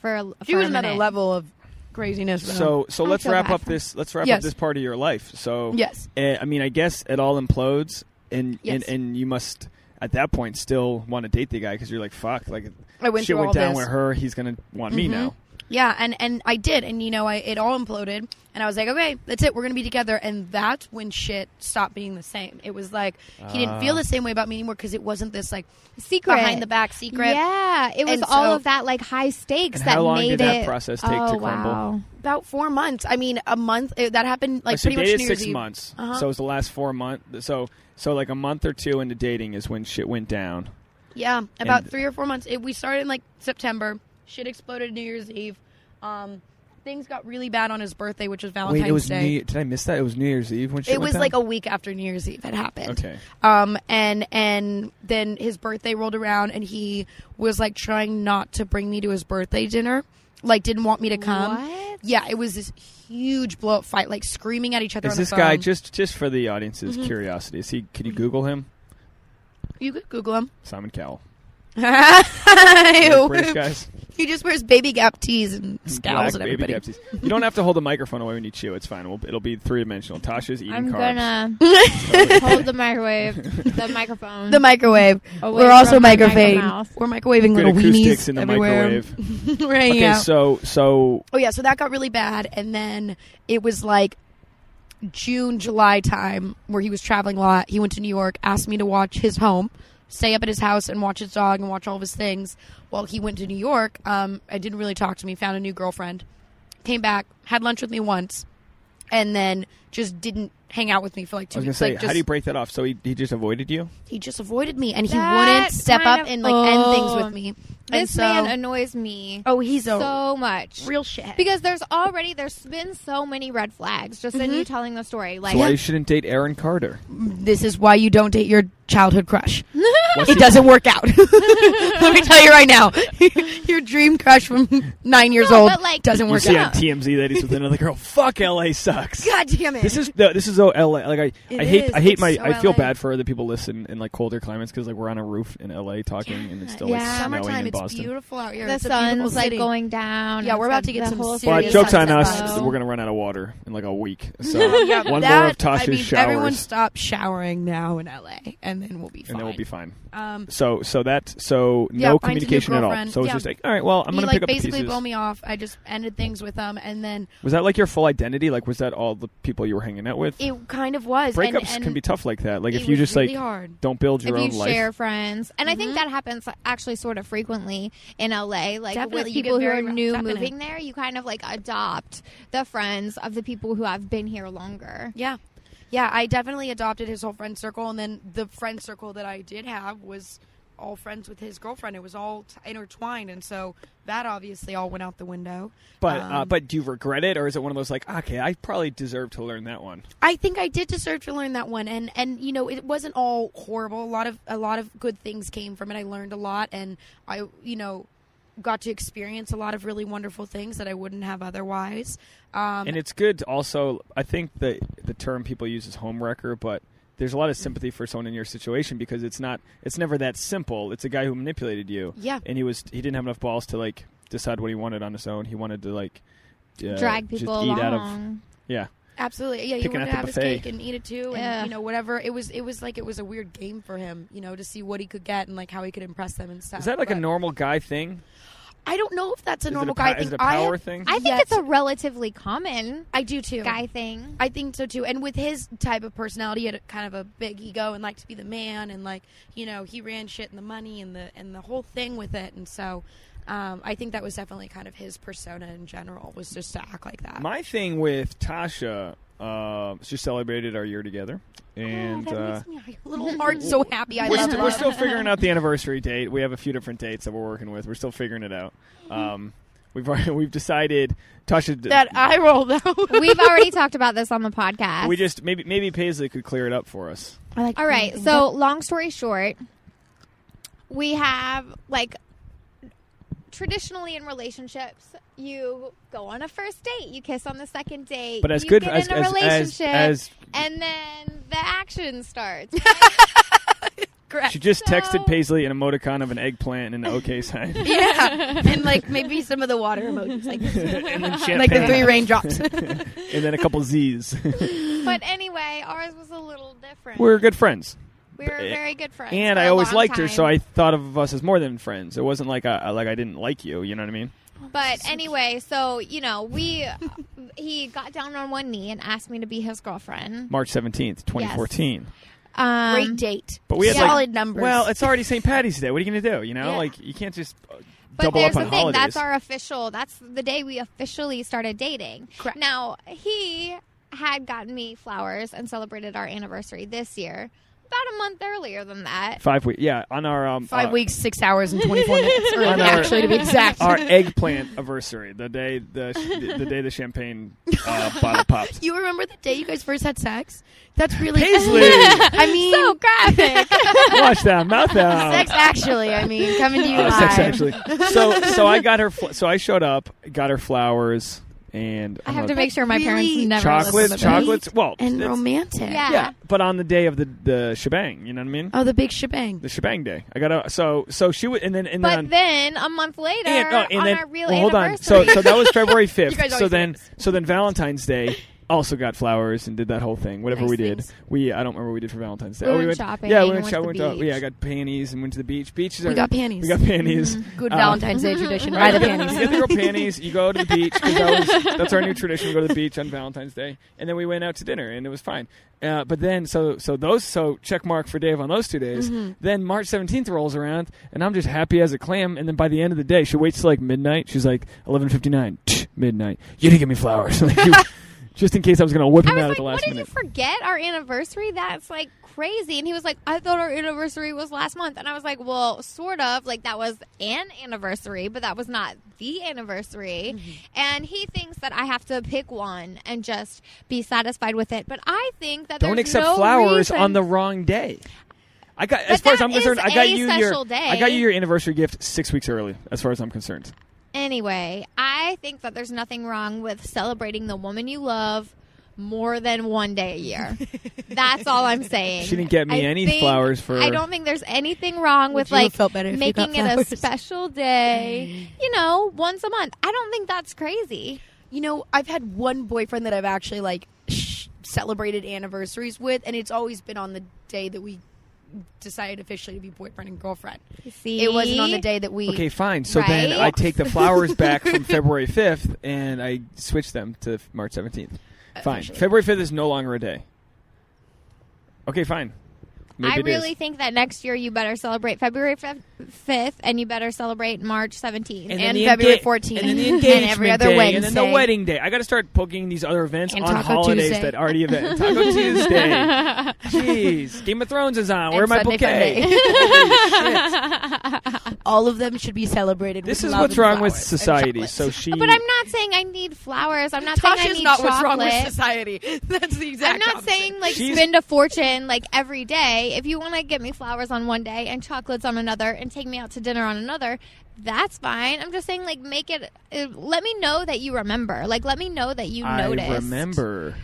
for a She for was a another minute. level of craziness. though. So so I let's feel wrap bad up for- this let's wrap up Yes. this part of your life. So Yes. eh, I mean I guess it all implodes and Yes. and, and you must at that point still want to date the guy because you're like fuck like I went shit through went all down this. Mm-hmm. with her he's gonna want me now. Yeah, and and I did, and you know, I it all imploded, and I was like, okay, that's it, we're gonna be together, and that's when shit stopped being the same. It was like he didn't Ah. feel the same way about me anymore because it wasn't this like secret behind the back secret. Yeah, it was And all so- of that like high stakes And that how long made did that it- process take to oh, crumble? Wow. About four months. I mean, a month. It, that happened like so pretty you much dated New Year's six Eve. months. Uh-huh. So it was the last four months. So so like a month or two into dating is when shit went down. Yeah, about And- three or four months. It, we started in like September. Shit exploded New Year's Eve. Um, things got really bad on his birthday, which was Valentine's Wait, it was Day. New, did I miss that? It was New Year's Eve when shit it went was down? like a week after New Year's Eve had happened. Okay. Um, and and then his birthday rolled around, and he was like trying not to bring me to his birthday dinner, like didn't want me to come. What? Yeah, it was this huge blow up fight, like screaming at each other. Is on the this guy phone. Mm-hmm. just just for the audience's curiosity? Is he? Can you Google him? You could Google him. Simon Cowell. Ew. British guys. He just wears baby gap tees and Black scowls at baby everybody. Gapsies. You don't have to hold the microphone away when you chew. It's fine. We'll, it'll be three dimensional. Tasha's eating I'm carbs. gonna hold the microwave, the microphone. The microwave. Away We're also from my microwaving. mouth. We're microwaving Good little acoustics weenies in the everywhere. microwave. right Okay, yeah. so so Oh yeah, so that got really bad, and then it was like June, July time where he was traveling a lot. He went to New York, asked me to watch his home, stay up at his house, and watch his dog and watch all of his things. While he went to New York, um, I didn't really talk to me. Found a new girlfriend, came back, had lunch with me once, and then just didn't hang out with me for like I two was gonna weeks. say, like, how just- do you break that off? So he, he just avoided you. he just avoided me, and he That wouldn't step kind up of- and like end things Oh. with me. and this so, man annoys me oh, he's a so much real shit. because there's already there's been so many red flags just in you telling the story. Like That's Why you shouldn't date Aaron Carter? this is why you don't date your childhood crush. What's your- It doesn't work out. Let me tell you right now. Your dream crush from nine years No, old but, like, doesn't you work You see out. on TMZ ladies with another girl. Fuck LA sucks. God damn it. This is no, this is oh LA. Like I, It I hate is. I hate It's my so I feel LA. bad for the people listen in like colder climates because like we're on a roof in LA talking and it's still like Yeah. snowing summertime. in It's Boston. beautiful out here. the It's a beautiful sun's like city. going down. Yeah, and we're it's about like to get the some whole but serious city jokes on sunset us, vibes. we're gonna run out of water in like a week. So Yeah, One more that, of Tasha's I mean, Everyone showers. stop showering now in LA, and then we'll be fine. and then we'll be fine. Um, So so that so Yeah, no find a new communication at all. girlfriend. So it's Yeah. just like all right, well I'm he gonna like pick up the basically pieces. blow me off. I just ended things with them, and then Was that like your full identity? Like was that all the people you were hanging out with? it kind of was. and- Breakups and can be tough like that. Like it if you was just really like hard. don't build your if own you life. Mm-hmm. share friends, and I think that happens actually sort of frequently in LA, like with Definitely, you people get who are very wrapped new up in it. moving there, you kind of like adopt the friends of the people who have been here longer. Yeah. Yeah, I definitely adopted his whole friend circle, and then the friend circle that I did have was all friends with his girlfriend. It was all t- intertwined, and so that obviously all went out the window. But uh, Um, but do you regret it, or is it one of those like okay, I probably deserve to learn that one? I think I did deserve to learn that one, and and you know it wasn't all horrible. A lot of a lot of good things came from it. I learned a lot, and I you know got to experience a lot of really wonderful things that I wouldn't have otherwise. Um, And it's good. To also, I think the the term people use is homewrecker, but there's a lot of sympathy for someone in your situation because it's not it's never that simple. It's a guy who manipulated you. Yeah. and he was he didn't have enough balls to like decide what he wanted on his own. He wanted to like uh, Drag just people eat along. out of yeah. Absolutely, yeah. He Picking wanted at to the have his buffet. cake and eat it too, and Yeah. you know whatever. It was it was like it was a weird game for him, you know, to see what he could get and like how he could impress them and stuff. Is that like a But normal guy thing? I don't know if that's a Is it normal a pow- guy thing. Is it a I have- power thing? I think Yes. it's a relatively common I do too. guy thing. I think so too. And with his type of personality, he had a, kind of a big ego and liked to be the man, and like you know, he ran shit and the money and the and the whole thing with it. And so, um, I think that was definitely kind of his persona in general was just to act like Uh, that. My thing with Tasha, uh, just celebrated our year together, Oh, and. uh, Little heart so happy. I we're, love st- it. we're still figuring out the anniversary date. We have a few different dates that we're working with. We're still figuring it out. Um, we've already, we've decided Tasha. d- that eye roll though. We've already talked about this on the podcast. we just maybe maybe Paisley could clear it up for us. All right. So, long story short, we have like traditionally in relationships, you go on a first date, you kiss on the second date, But as you good get as- in a as- as- relationship, as- and then the action starts. Correct. She just So- texted Paisley an emoticon of an eggplant and an OK sign. Yeah, and like maybe some of the water emojis, like and then like the champagne. three raindrops. and then a couple Z's. but anyway, ours was a little different. we're good friends. we were very good friends, And for I a always long liked her, so time. I thought of us as more than friends. It wasn't like I like I didn't like you. You know what I mean? But anyway, so you know, we he got down on one knee and asked me to be his girlfriend. March seventeenth, twenty fourteen. Um, Great date, But we had solid like, numbers. Well, it's already St. Patty's Day. What are you going to do? You know, Yeah. like you can't just uh, But double up there's on the thing. holidays. That's our official. That's the day we officially started dating. Correct. Now he had gotten me flowers and celebrated our anniversary this year, about a month earlier than that. Five weeks. Yeah, on our um, five uh, weeks, six hours, and twenty four minutes. Early, On our- actually, to be exact. Our eggplant anniversary. The day the sh- the day the champagne uh, bottle pops. you remember the day you guys first had sex? That's really Paisley! I mean, So graphic. Watch that mouth out. sex actually. I mean, coming to you Uh, live. sex actually. So so I got her. Fl- so I showed up, got her flowers, and I I'm have a- to make sure my Really parents never chocolate, listen to chocolate- this. chocolates. Well, and it's- romantic. Yeah. yeah, but on the day of the the shebang, you know what I mean? Oh, the big shebang. The shebang day. I got a so so she was, and then and then. But then a month later, and, oh, and on then our real well, hold on. anniversary, So, so that was February You guys fifth. always So do then, this. so then Valentine's Day also got flowers and did that whole thing. Whatever Nice we did, things. we I don't remember what we did for Valentine's Day. We oh, went shopping Yeah, we and went went to shopping. the went to- beach. yeah, I got panties and went to the beach. Beaches. We are- got panties. Mm-hmm. We got panties. Good Uh, Valentine's Day tradition. Right, Buy the you get- You panties. get the girl panties. You go to the beach 'cause that was- that's our new tradition. We go to the beach on Valentine's Day, and then we went out to dinner, and it was fine. Uh, but then, so so those so check mark for Dave on those two days. Mm-hmm. Then March seventeenth rolls around, and I'm just happy as a clam. And then by the end of the day, she waits till like midnight. She's like eleven fifty nine, midnight. You didn't give me flowers, Like, you- just in case I was gonna whip I him was out at like, the "What last did minute. you forget? Our anniversary? That's like crazy." And he was like, "I thought our anniversary was last month." And I was like, "Well, sort of. Like that was an anniversary, but that was not the anniversary." Mm-hmm. And he thinks that I have to pick one and just be satisfied with it. But I think that Don't there's accept no flowers on reason- the wrong day. I got as far as that I'm concerned, is I got a you special your day. I got you your anniversary gift six weeks early. As far as I'm concerned, Anyway, I think that there's nothing wrong with celebrating the woman you love more than one day a year. That's all I'm saying. She didn't get me I any think- flowers for- I don't think there's anything wrong Would with you have like felt better if you got making it a flowers? special day. You know, once a month. I don't think that's crazy. you know, I've had one boyfriend that I've actually like sh- celebrated anniversaries with, and it's always been on the day that we decided officially to be boyfriend and girlfriend. See, It wasn't on the day that we. okay, fine. So then Right? I take the flowers back from February 5th and I switch them to f- March 17th. Fine. Officially. February 5th is no longer a day. Okay, fine. Maybe I it is. really think that next year you better celebrate February fifth, and you better celebrate March seventeenth. then- and February 14th, and then the and engagement every other day, and then the Wednesday. wedding day. I got to start booking these other events And on Taco holidays Tuesday. that already event. Taco Tuesday. Jeez, Game of Thrones is on. Where And my Sunday bouquet? All of them should be celebrated. This with is love what's and wrong with flowers and society. chocolate. So she. But I'm not saying I need flowers. I'm not saying I Tasha's need not chocolate. what's wrong with society. That's the exact. I'm not opposite. saying like She's- spend a fortune like every day. If you want to get me flowers on one day and chocolates on another and take me out to dinner on another, that's fine. I'm just saying like make it. Uh, let me know that you remember. Like let me know that you I noticed. remember.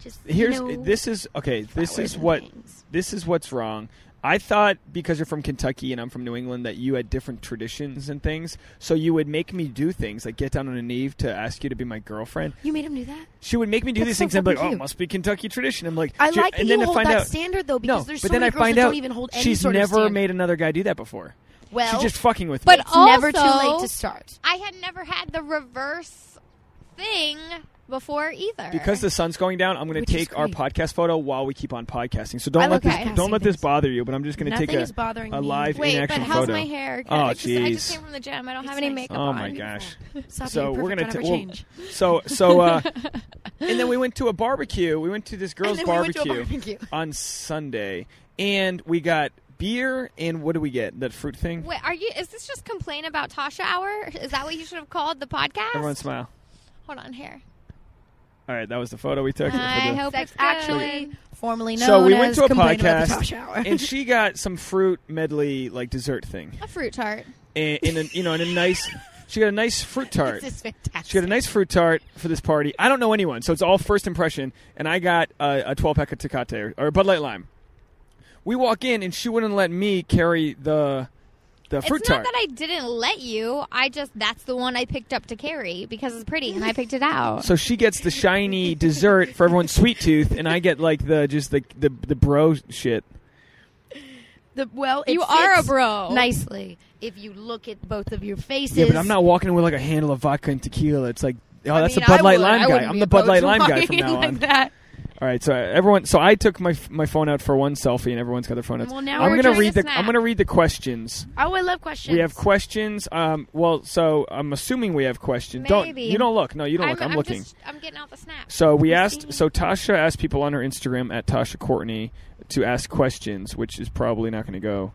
Just Here's you know, this is okay. This flowers is and what things. this is what's wrong. I thought because you're from Kentucky and I'm from New England that you had different traditions and things, so you would make me do things like get down on a knee to ask you to be my girlfriend. you made him do that. She would make me do That's these so things. and I'm like, fucking oh, cute. must be Kentucky tradition. I'm like, I ju- like that and then you to hold find that out, standard though, no, because there's but so then many I girls find that out don't even hold any she's sort of never standard. made another guy do that before. Well, she's just fucking with But me. it's never too late also- to start. I had never had the reverse thing before either. Because the sun's going down, I'm going Which to is take our great. podcast photo while we keep on podcasting. So don't I let love this podcasting don't let this things. bother you. But I'm just going to take Nothing a, is bothering a me. live in wait, but action how's photo. my hair? Oh, I, just, I just jeez. came from the gym. I don't have It's any nice. makeup Oh on. my gosh! Stop So being we're perfect. gonna ta- Don't ever well, change. So so uh, and then we went to a barbecue. We went to this girl's then we went to barbecue, a barbecue. on Sunday, and we got beer and what do we get? That fruit thing. Wait, are you? Is this just complain about Tasha hour? Is that what you should have called the podcast? Everyone smile. Hold on here. All right, that was the photo we took. I For the- hope Sex it's actually actually. formerly known so we went as to a Complain About the podcast, Tosh Hour. and she got some fruit medley like dessert thing, A fruit tart. and, and a, you know, and a nice. She got a nice fruit tart. This is fantastic. She got a nice fruit tart for this party. I don't know anyone, so it's all first impression. And I got a, a 12 pack of Tecate or, or Bud Light Lime. We walk in, and she wouldn't let me carry the the fruit it's tart. not that I didn't let you. I just that's the one I picked up to carry because it's pretty and I picked it out. so she gets the shiny dessert for everyone's sweet tooth, and I get like the just the the, the bro shit. The, well, you it are a fits bro. Nicely, if you look at both of your faces. Yeah, but I'm not walking in with like a handle of vodka and tequila. It's like, oh, I that's mean, the Bud I Light would. I Lime guy. wouldn't I'm be the Bud Light Lime opposed to guy from walking now like on. that. All right, so everyone, so I took my my phone out for one selfie, and everyone's got their phone out. Well, now I'm we're gonna doing read a the snap. I'm gonna read the questions. Oh, I love questions. We have questions. Um, well, so I'm assuming we have questions. Don't Maybe. you don't look? No, you don't I'm, look. I'm, I'm looking. Just, I'm getting out the snaps. So we I'm asked. seeing. So Tasha asked people on her Instagram at Tasha Courtney to ask questions, which is probably not going to go.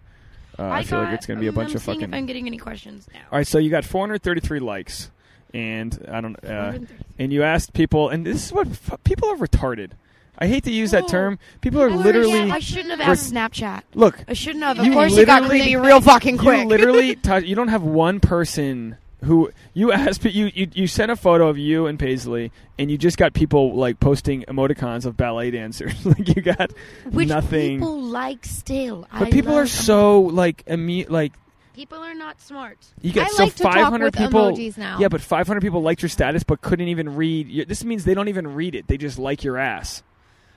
Uh, I, feel like got- it's going to be a um, bunch I'm of seeing fucking. If I'm getting any questions now. All right, so you got 433 likes, and I don't. Uh, and you asked people, and this is what f- people are retarded. I hate to use that Oh. term. People are Oh, literally yeah. I shouldn't have asked Snapchat. look. I shouldn't have. Of You course, it got literally- creepy real fucking quick. You literally, Ta- you don't have one person who you asked. You, you you sent a photo of you and Paisley, and you just got people like posting emoticons of ballet dancers. like you got Which nothing. people like still. but people are so like imme- like People are not smart. you got I so like to talk 500 with people. emojis now. Yeah, but 500 people liked your status but couldn't even read. Your, this means they don't even read it. They just like your ass.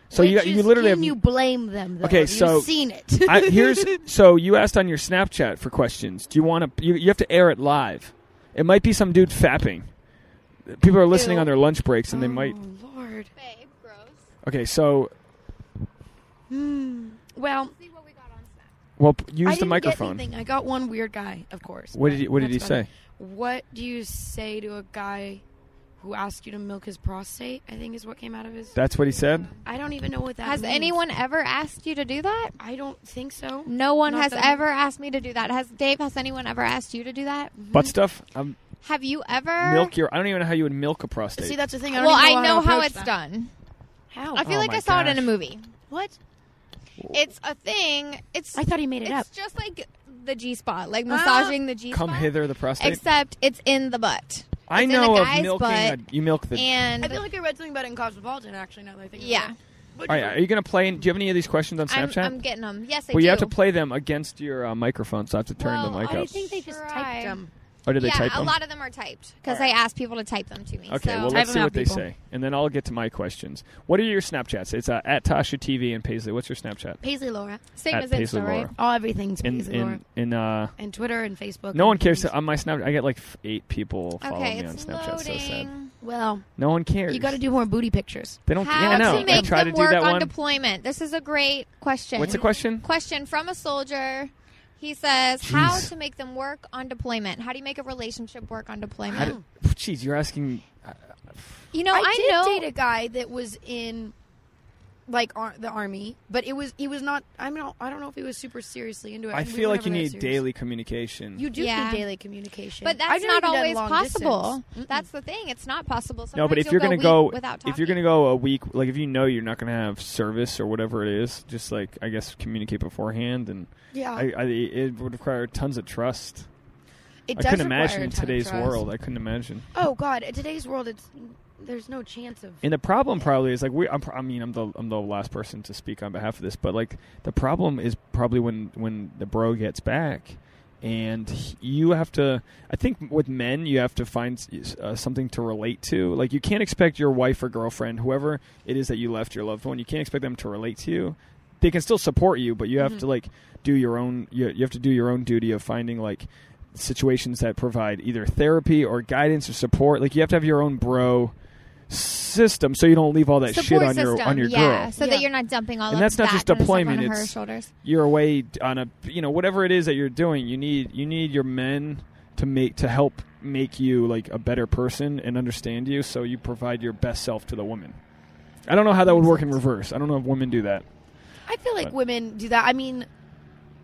So you Which got, you is- literally can have you blame them? Though? Okay, You've so- seen it. I, here's so you asked on your Snapchat for questions. Do you want to? You, you have to air it live. It might be some dude fapping. People are listening Ew. on their lunch breaks, and they might. Oh, Lord. Babe, gross. Okay, so Hmm. Well, See what we got on Snap. well, p- use I the didn't microphone. Get anything. I got one weird guy, of course. What did but you, What did he that's say? fine. What do you say to a guy who asked you to milk his prostate? I think is what came out of his. That's what he said. Mm-hmm. I don't even know what that. Has means. anyone ever asked you to do that? I don't think so. No one Not has that I- ever asked me to do that. Has Dave? Has anyone ever asked you to do that? Butt stuff. Um, Have you ever milk your. I don't even know how you would milk a prostate. See, that's the thing. I don't Well, even I know know how approach it's that. done. How? I feel Oh like my I saw it in a gosh. movie. what? It's a thing. It's I thought he made it it's up. Ah. just like the G spot, like massaging the G spot. Come hither, the prostate. Except it's in the butt. I it's in a know of guy's milking. butt, a- you milk the. And I feel like I read something about it in Cosmopolitan, actually, now that I think about yeah, it. But All right, are you going to play? in- Do you have any of these questions on I'm, Snapchat? I'm getting them. Yes, I well, do. you have to play them against your uh, microphone, so I have to turn Well, the mic I up. think they just typed them. Or did yeah, they type a them? lot of them are typed because Alright. I asked people to type them to me. Okay, so. well, let's Type 'em see out, what they people. say, and then I'll get to my questions. What are your Snapchats? It's uh, at Tasha TV and Paisley. What's your Snapchat? Paisley Laura. same at as Paisley Insta, right? Laura. All everything's In Paisley Laura. in in uh, And Twitter and Facebook. no and one cares things. on my Snapchat. I get like f- eight people follow Okay, me on it's Snapchat. So sad. loading. Well, No one cares. you got to do more booty pictures. They don't. How yeah, I know. to make I try them to do work that on one. deployment? This is a great question. What's the question? Question from a soldier. He says, "How Jeez. to make them work on deployment? How do you make a relationship work on deployment?" How do- Jeez, you're asking. you know, I, I, did know. date a guy that was in like ar- the army, but it was he was not. I'm not. I don't know if he was super seriously into it. I and we feel were like you never that need serious. daily communication. You do Yeah. need daily communication, But I've that's never not even done always long possible. distance. That's the thing; it's not possible. no, but Sometimes if you're you'll gonna go go, a week without if you're gonna talking. go a week, like if you know you're not gonna have service or whatever it is, just like I guess communicate beforehand, and Yeah, I, I it would require tons of trust. it I does couldn't require imagine a in ton of today's trust. world. I couldn't imagine. Oh God, in today's world, it's there's no chance of. And the problem probably is like we. I'm, pr- I mean, I'm the I'm the last person to speak on behalf of this, but like the problem is probably when when the bro gets back, and he- you have to. I think with men, you have to find s- uh, something to relate to. Like you can't expect your wife or girlfriend, whoever it is that you left your loved one, you can't expect them to relate to you. They can still support you, but you Mm-hmm. have to like do your own. You, you have to do your own duty of finding like situations that provide either therapy or guidance or support. Like you have to have your own bro system so you don't leave all that shit Support on system, your on your yeah, girl. so Yeah. that you're not dumping all And of that's not that just kind of stuff deployment, on her it's- shoulders. You're away on a you know whatever it is that you're doing. You need you need your men to make to help make you like a better person and understand you so you provide your best self to the woman. I don't know how that would work in reverse. I don't know if women do that. I feel like But- women do that. I mean,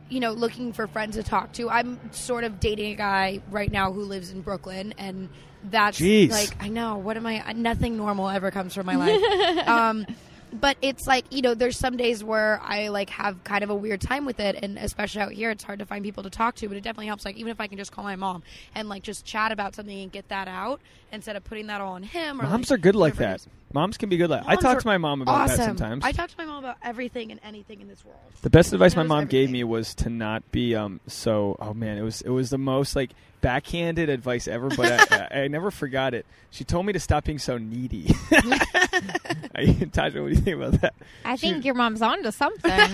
you know, looking for friends to talk to. I'm sort of dating a guy right now who lives in Brooklyn, and that's Jeez. like I know what am I? Nothing normal ever comes from my life. um, but it's like you know, there's some days where I like have kind of a weird time with it, and especially out here, it's hard to find people to talk to. But it definitely helps. Like even if I can just call my mom and like just chat about something and get that out instead of putting that all on him. Or, Moms like, are good like whatever it that. is. Moms can be good like I Moms talk are to my mom about that awesome. sometimes. I talk to my mom about everything and anything in this world. The best advice my Knows mom gave everything. me was to not be um so oh man it was it was the most like backhanded advice ever but I, I, I never forgot it. She told me to stop being so needy. I, Tasha, what do you think about that? I She- think your mom's onto something.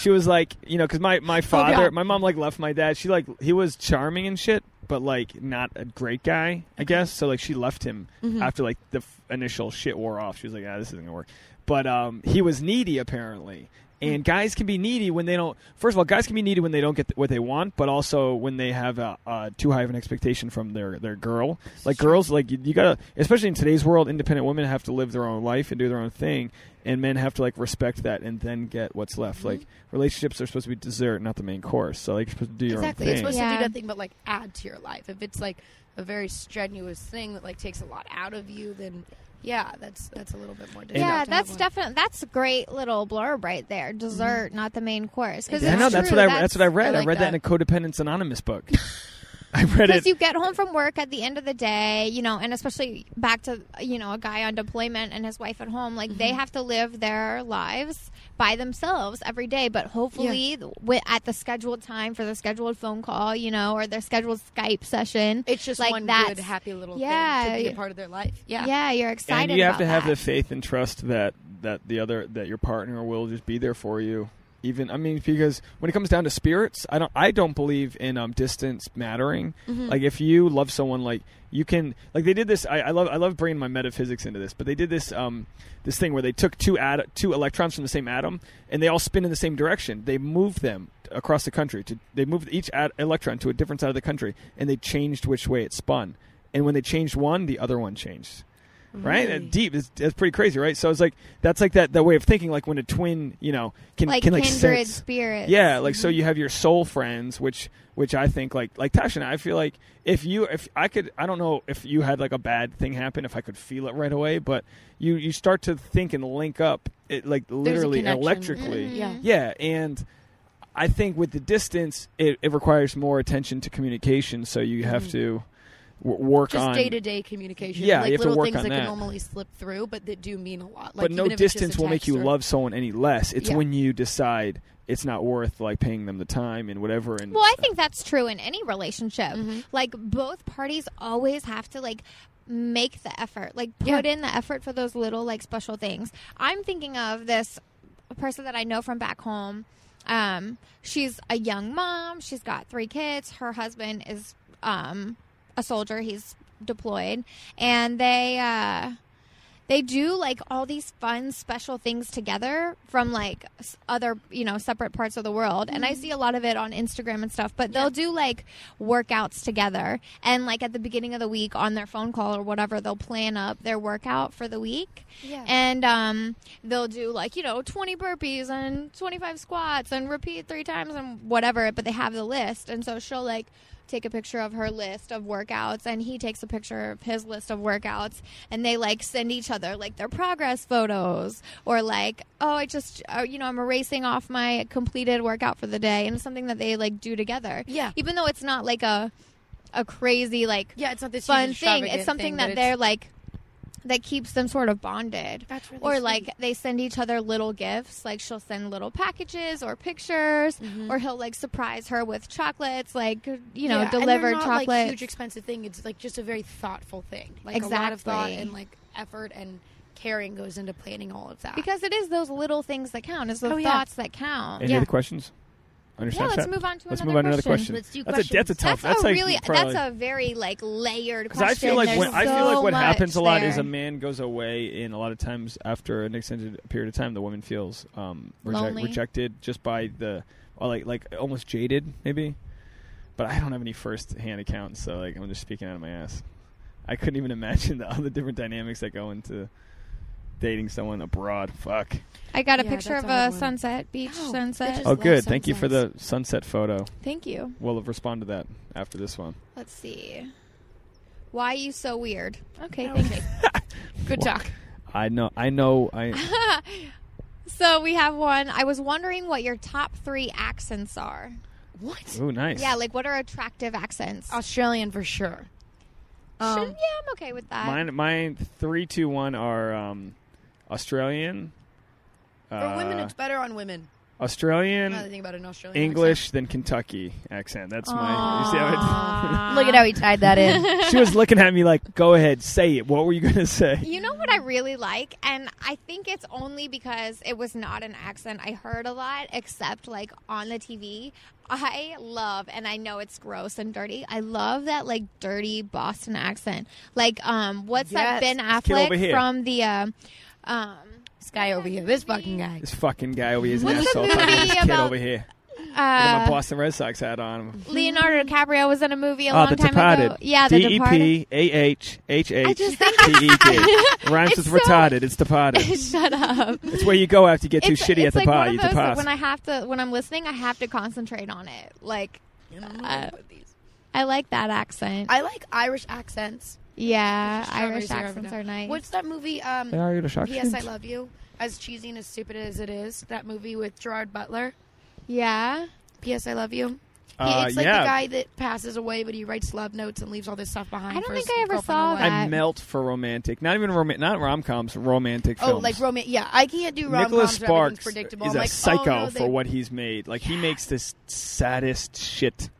She was like you know because my my father God. my mom like left my dad. She like he was charming and shit but like not a great guy I guess so like she left him after like the f- initial shit wore off. She was like ah this isn't gonna work. But um he was needy apparently. And guys can be needy when they don't. First of all, guys can be needy when they don't get what they want, but also when they have a, uh too high of an expectation from their their girl. Like girls, like you, you gotta, especially in today's world, independent women have to live their own life and do their own thing, and men have to like respect that and then get what's left. Mm-hmm. Like relationships are supposed to be dessert, not the main course. So like you're supposed to do your exactly. own It's thing. supposed to Yeah. do nothing but like add to your life. If it's like a very strenuous thing that like takes a lot out of you, then yeah, that's that's a little bit more difficult. yeah, to have that's one. definitely that's a great little blurb right there. Dessert, not the main course. Because I know that's what I that's what I read. I, I like read that. in a that. Codependence Anonymous book. I read it. Because you get home from work at the end of the day, you know, and especially back to you know a guy on deployment and his wife at home, like they Mm-hmm. have to live their lives by themselves every day. But hopefully, wi- at the scheduled time for the scheduled phone call, you know, or their scheduled Skype session, It's just like one that's- good, happy little yeah, thing to be y- a part of their life. Yeah. yeah, you're excited. and you have about to have that. the faith and trust that that the other that your partner will just be there for you even i mean because when it comes down to spirits i don't i don't believe in um distance mattering Mm-hmm. like if you love someone like you can like they did this I, I love i love bringing my metaphysics into this but they did this um this thing where they took two ad, two electrons from the same atom and they all spin in the same direction they moved them across the country to they moved each ad, electron to a different side of the country and they changed which way it spun and when they changed one the other one changed right? Really? And deep is that's pretty crazy, right? So it's like that's like that that way of thinking, like when a twin, you know, can like can like kindred sense. spirits. Yeah, like Mm-hmm. so you have your soul friends, which which I think like like Tasha and I, I feel like if you if I could I don't know if you had like a bad thing happen if I could feel it right away, but you you start to think and link up it like literally connection. Mm-hmm. electrically. Mhm. Yeah. Yeah, and I think with the distance it, it requires more attention to communication, so you have Mhm. to w- work Just on day to day communication. Yeah, like you have to little work things on that, that. can normally slip through, but that do mean a lot. Like, but no even if it's just distance a will make text you or- love someone any less. It's Yeah. when you decide it's not worth like paying them the time and whatever. And Well, I think that's true in any relationship. Mhm. Like both parties always have to like make the effort, like put Yeah. in the effort for those little like special things. I'm thinking of this person that I know from back home. Um, she's a young mom. She's got three kids. Her husband is um a soldier. He's deployed, and they. uh they do like all these fun special things together from like s- other you know separate parts of the world and i see a lot of it on instagram and stuff but they'll do like workouts together and like at the beginning of the week on their phone call or whatever they'll plan up their workout for the week Yeah. and um, they'll do like you know 20 burpees and 25 squats and repeat three times and whatever but they have the list and so she'll like take a picture of her list of workouts and he takes a picture of his list of workouts and they like send each other like their progress photos or like oh i just uh, you know i'm erasing off my completed workout for the day and it's something that they like do together Yeah. even though it's not like a a crazy like Yeah, it's not this fun huge thing. extravagant It's something thing, that but they're it's- like that keeps them sort of bonded. That's really or sweet. like they send each other little gifts. Like she'll send little packages or pictures, or he'll like surprise her with chocolates, like you know, Mm-hmm. Yeah, and they're delivered not, chocolates. Like, huge expensive thing. It's like just a very thoughtful thing. Like a lot of thought Exactly. and like effort and caring goes into planning all of that. because it is those little things that count. It's those Oh, yeah. thoughts that count. Any Yeah. other questions? Yeah, Understand let's move on to Let's another move on to another question. question. Let's do that's a that's a questions. tough. that's a like really probably, that's a very like layered because question. I feel like There's when, I feel so like what much happens a lot there. is a man goes away, and a lot of times after an extended period of time, the woman feels um, reject, Lonely. rejected just by the or like like almost jaded maybe. But I don't have any first hand accounts, so like I'm just speaking out of my ass. I couldn't even imagine the other different dynamics that go into dating someone abroad. Fuck. I got a Yeah, picture that's of a a hard one. sunset beach Oh, sunset. bitches. Oh, love good. Thank you for the sunsets. sunset photo. Thank you. We'll respond to that after this one. Let's see. Why are you so weird? Okay, Okay. thank you. good Well- talk. I know. I know. I So we have one. I was wondering what your top three accents are. What? ooh, nice. Yeah, like what are attractive accents? Australian for sure. Should- Um, yeah, I'm okay with that. mine. Mine three, two, one are um, Australian. for women, uh, it's better on women. Australian, Another thing about an Australian English, then Kentucky accent. That's my. You see how accent. Look at how he tied that in. it's, she was looking at me like, "Go ahead, say it. What were you gonna say?" You know what I really like, and I think it's only because it was not an accent I heard a lot, except like on the TV. I love, and I know it's gross and dirty. I love that like dirty Boston accent. Like, um, what's that Yes. Ben kid over Affleck here. from the, um, um, This guy over here, this fucking guy. This fucking guy over here is an What's the asshole. Fucking movie this kid about- over here. I got my uh, Boston Red Sox hat on. Leonardo DiCaprio was in a movie a Oh, long the time departed. ago. Yeah, the D E Departed. P A H H I H T just E D. Rhymes with It's so- retarded. It's departed. Shut up. It's where you go after you get too it's, shitty at it's the like bar. One You of those that depart. when I have to, when I'm listening, I have to concentrate on it. Like, I don't know where Uh, to put these. I like that accent. I like Irish accents. yeah, Just trying to Irish see where I would accents know. are nice. What's that movie? Um, They are Irish P.S. I accents. Love You. As cheesy and as stupid as it is, that movie with Gerard Butler. yeah, P.S. I Love You. He, Uh, it's like yeah. the guy that passes away, but he writes love notes and leaves all this stuff behind. I don't for think his I ever girlfriend saw or that. whatever. I melt for romantic. Not even romantic. Not rom coms. Romantic Oh, films. like romance. Yeah, I can't do rom Nicholas coms. Sparks predictable. is I'm a like, oh, psycho no, they- for what he's made. Like he makes this saddest shit.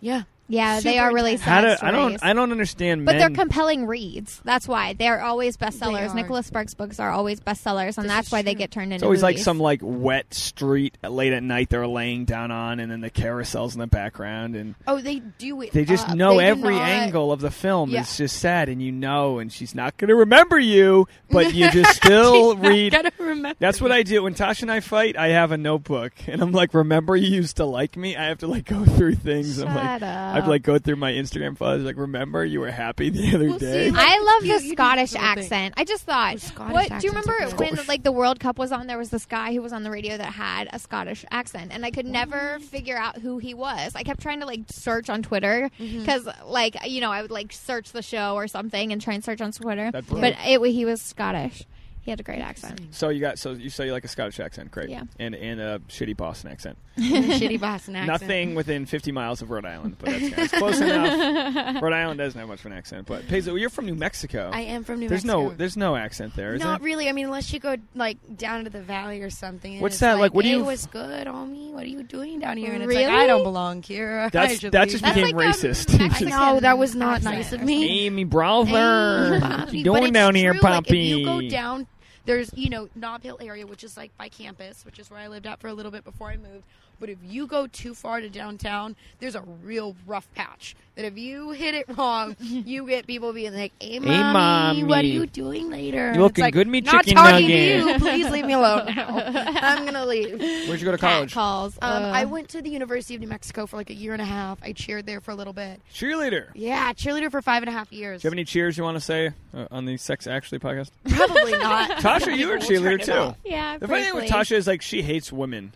Yeah, yeah, they Super are really intense. sad How do, I stories. don't. I don't understand. but men. they're compelling reads. That's why they're always bestsellers. are. Nicholas Sparks books are always bestsellers, and This that's is why they true. get turned into. It's always like movies. some like wet street late at night. They're laying down on, and then the carousels in the background, and Oh, they do it. they just up. know Uh, They do every not- angle of the film Yeah. is just sad, and you know, and she's not going to remember you, but you just still read. Gotta remember. That's what I do. When Tasha and I fight, I have a notebook and I'm like, remember you used to like me? I have to like go through things. I'm like, Shut up. I'd like go through my Instagram files. Like, remember you were happy the other Well, day? see, I love You- the you do Scottish the whole thing. accent. I just thought, Oh, Scottish what do you accents remember are when great. like the World Cup was on? There was this guy who was on the radio that had a Scottish accent, and I could never figure out who he was. I kept trying to like search on Twitter Mm-hmm. because, like, you know, I would like search the show or something and try and search on Twitter, That broke. but it he was Scottish. He had a great accent. so you got so you so you like a Scottish accent, great, Yeah. and and a shitty Boston accent. shitty Boston accent. Nothing within 50 miles of Rhode Island, but that's it's close enough. Rhode Island doesn't have much of an accent, but Paisley, you're from New Mexico. I am from New there's Mexico. no there's no accent there, is Not there? really. I mean, unless you go like down to the valley or something. and What's it's that? Like, what do "Hey, you- What's good, homie? What are you doing down here? And it's like, Really? I don't belong here. I That's should that leave. just That's became like a racist. Mexican No, that was not accent. nice of me. Amy Hey, Brother, what Poppy. you But doing it's down here, true, like, Poppy? if you go down, there's you know Knob Hill area, which is like by campus, which is where I lived at for a little bit before I moved. But if you go too far to downtown, there's a real rough patch. That if you hit it wrong, you get people being like, "Hey, mommy, what mommy. are you doing later?" And looking it's like, good, me Not chicken talking to you. nugget." Please leave me alone now. I'm gonna leave. Where'd you go to Cat college? calls. Um, Ugh. I went to the University of New Mexico for like a year and a half. I cheered there for a little bit. Cheerleader. Do Yeah, cheerleader for five and a half years. you have any cheers you want to say uh, on the Sex Actually podcast? Probably not. Tasha, you were a People will turn cheerleader it too. off. yeah, The funny thing with Tasha briefly. is like she hates women.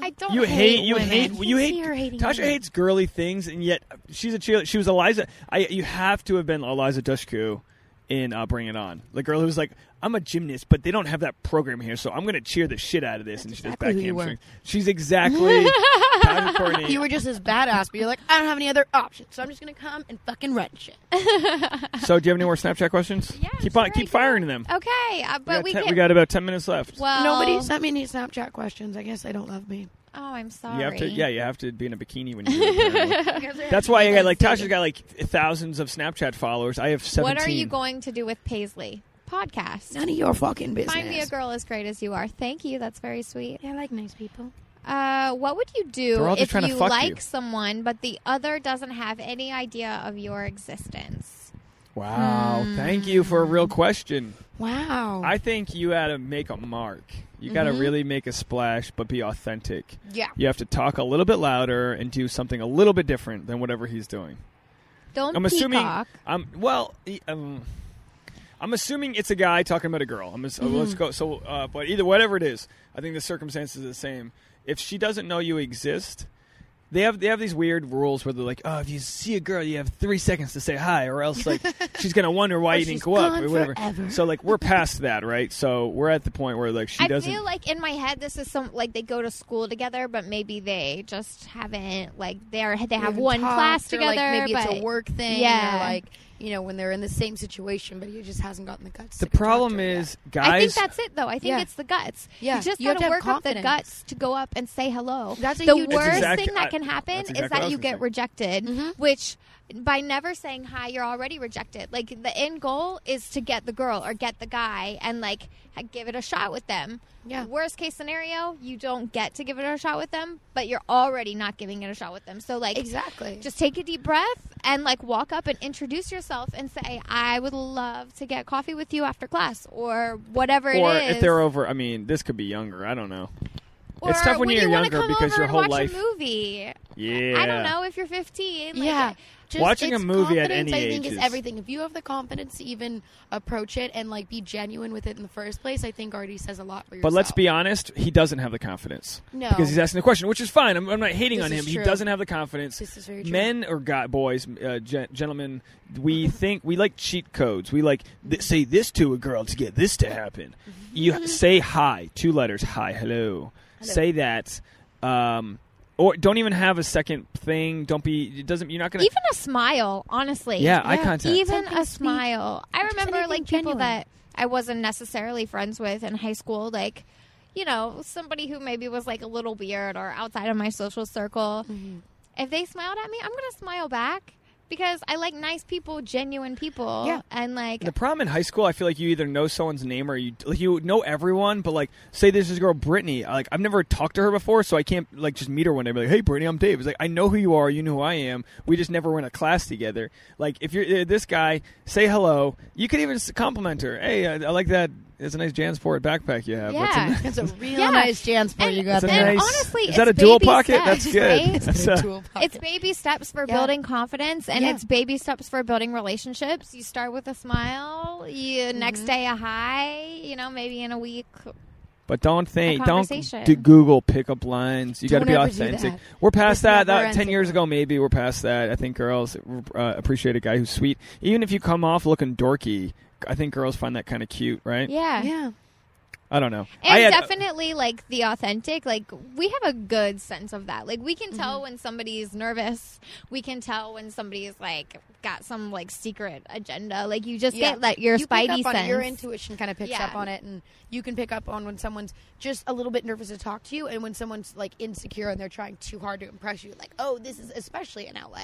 I don't. You hate, you women. hate you see hate her hating Tasha women. hates girly things and yet she's a cheerleader. She was Eliza. I you have to have been Eliza Dushku in uh, Bring It On. The girl who was like, I'm a gymnast, but they don't have that program here, so I'm going to cheer the shit out of this. and she exactly who does you back were. hamstrings. She's exactly Tasha Courtney. You were just as badass, but you're like, I don't have any other option, so I'm just gonna come and fucking run shit. so, do you have any more Snapchat questions? Yeah, keep sure, on, keep I firing do. them. Okay, uh, we got, but we, ten- can, we got about ten minutes left. well. Nobody sent me any Snapchat questions. I guess they don't love me. Oh, I'm sorry. you have to, yeah, you have to be in a bikini when you. do it, apparently. That's That's why I got like Tasha's got like thousands of Snapchat followers. I have seventeen. What are you going to do with Paisley? Podcast. none of your fucking business. Find me a girl as great as you are. Thank you. That's very sweet. Yeah, I like nice people. Uh, what would you do They're all just if trying to you fuck like you. someone but the other doesn't have any idea of your existence? Wow! Hmm. Thank you for a real question. Wow. I think you got to make a mark. You got to Mm-hmm. really make a splash, but be authentic. yeah. You have to talk a little bit louder and do something a little bit different than whatever he's doing. Don't I'm assuming. peacock. I'm well. e- Um, I'm assuming it's a guy talking about a girl. I'm ass- let's Mm-hmm. go. So, uh, but either whatever it is, I think the circumstances are the same. If she doesn't know you exist, they have they have these weird rules where they're like, oh, if you see a girl, you have three seconds to say hi, or else like she's gonna wonder why you didn't she's go up gone or whatever. forever. So like we're past that, right? So we're at the point where like she I doesn't. feel like in my head this is some like they go to school together, but maybe they just haven't like they're they have Even one talked, class or, together. Like, maybe but it's a work thing. Yeah. Or like you know when they're in the same situation, but he just hasn't gotten the guts. the to go talk problem to her yet. is, I think guys. that's it though. I think Yeah. it's the guts. Yeah. You just You have gotta to have work up the confidence. guts to go up and say hello. That's a the huge- That's worst exact- thing I- that can happen that's is exactly what I that was you gonna get say. rejected, Mhm. which by never saying hi, you're already rejected. Like the end goal is to get the girl or get the guy and like ha- give it a shot with them. Yeah. Worst case scenario, you don't get to give it a shot with them, but you're already not giving it a shot with them. So like exactly. just take a deep breath and like walk up and introduce yourself and say, I would love to get coffee with you after class or whatever or it is. if they're over, I mean, this could be younger. I don't know. Or it's tough when do you're you wanna younger come because over your and whole watch life- a movie. Yeah. I don't know if you're 15. Like, yeah. Just, Watching a it's movie at any confidence, I think age is is- everything. If you have the confidence to even approach it and like be genuine with it in the first place, I think already says a lot for yourself. But let's be honest, he doesn't have the confidence. No. Because he's asking the question, which is fine. I'm, I'm not hating This on him. is He true. doesn't have the confidence. This is very true. Men or guy, boys, uh, gen- gentlemen, we think, we like cheat codes. We like th- say this to a girl to get this to happen. You say hi, two letters, hi, hello. Say that. Um, or don't even have a second thing. Don't be, it doesn't, you're not going to. Even a smile, honestly. Yeah, eye Yeah, contact. Even Something a sweet. smile. I Just remember anything like people genuine. that I wasn't necessarily friends with in high school, like, you know, somebody who maybe was like a little weird or outside of my social circle. Mm-hmm. If they smiled at me, I'm going to smile back because I like nice people, genuine people. Yeah. And like, The problem in high school, I feel like you either know someone's name or you like, you know everyone, but like say there's this girl Brittany, like I've never talked to her before, so I can't like just meet her one day and be like, "Hey Brittany, I'm Dave." It's like I know who you are, you know who I am. We just never went to class together. Like if you're uh, this guy, say hello. You could even s- compliment her. "Hey, I, I like that It's a nice Jansport backpack you have. That's Yeah. a, That's a real Yeah. nice Jansport And- you got that's a there. And nice. honestly, is that a it's dual baby pocket? steps, That's good. right? That's a- It's baby steps for Yeah. building confidence, and Yeah. it's baby steps for building relationships. You start with a smile. You next Mm-hmm. day a high. You know, maybe in a week. But don't think, don't conversation. do Google pickup lines. You got to Don't be ever do authentic. that. We're past It's that. never That ten ending. years ago, maybe we're past that. I think girls uh, appreciate a guy who's sweet, even if you come off looking dorky. I think girls find that kind of cute, right? Yeah. Yeah. I don't know. I And had- uh, definitely like the authentic, like we have a good sense of that. Like we can Mm-hmm. tell when somebody's nervous. We can tell when somebody's like got some like secret agenda. Like you just Yeah. get like your you pick spidey up on it. sense. Your intuition kind of picks Yeah. up on it, and you can pick up on when someone's just a little bit nervous to talk to you, and when someone's like insecure and they're trying too hard to impress you. Like, oh, this is especially in LA.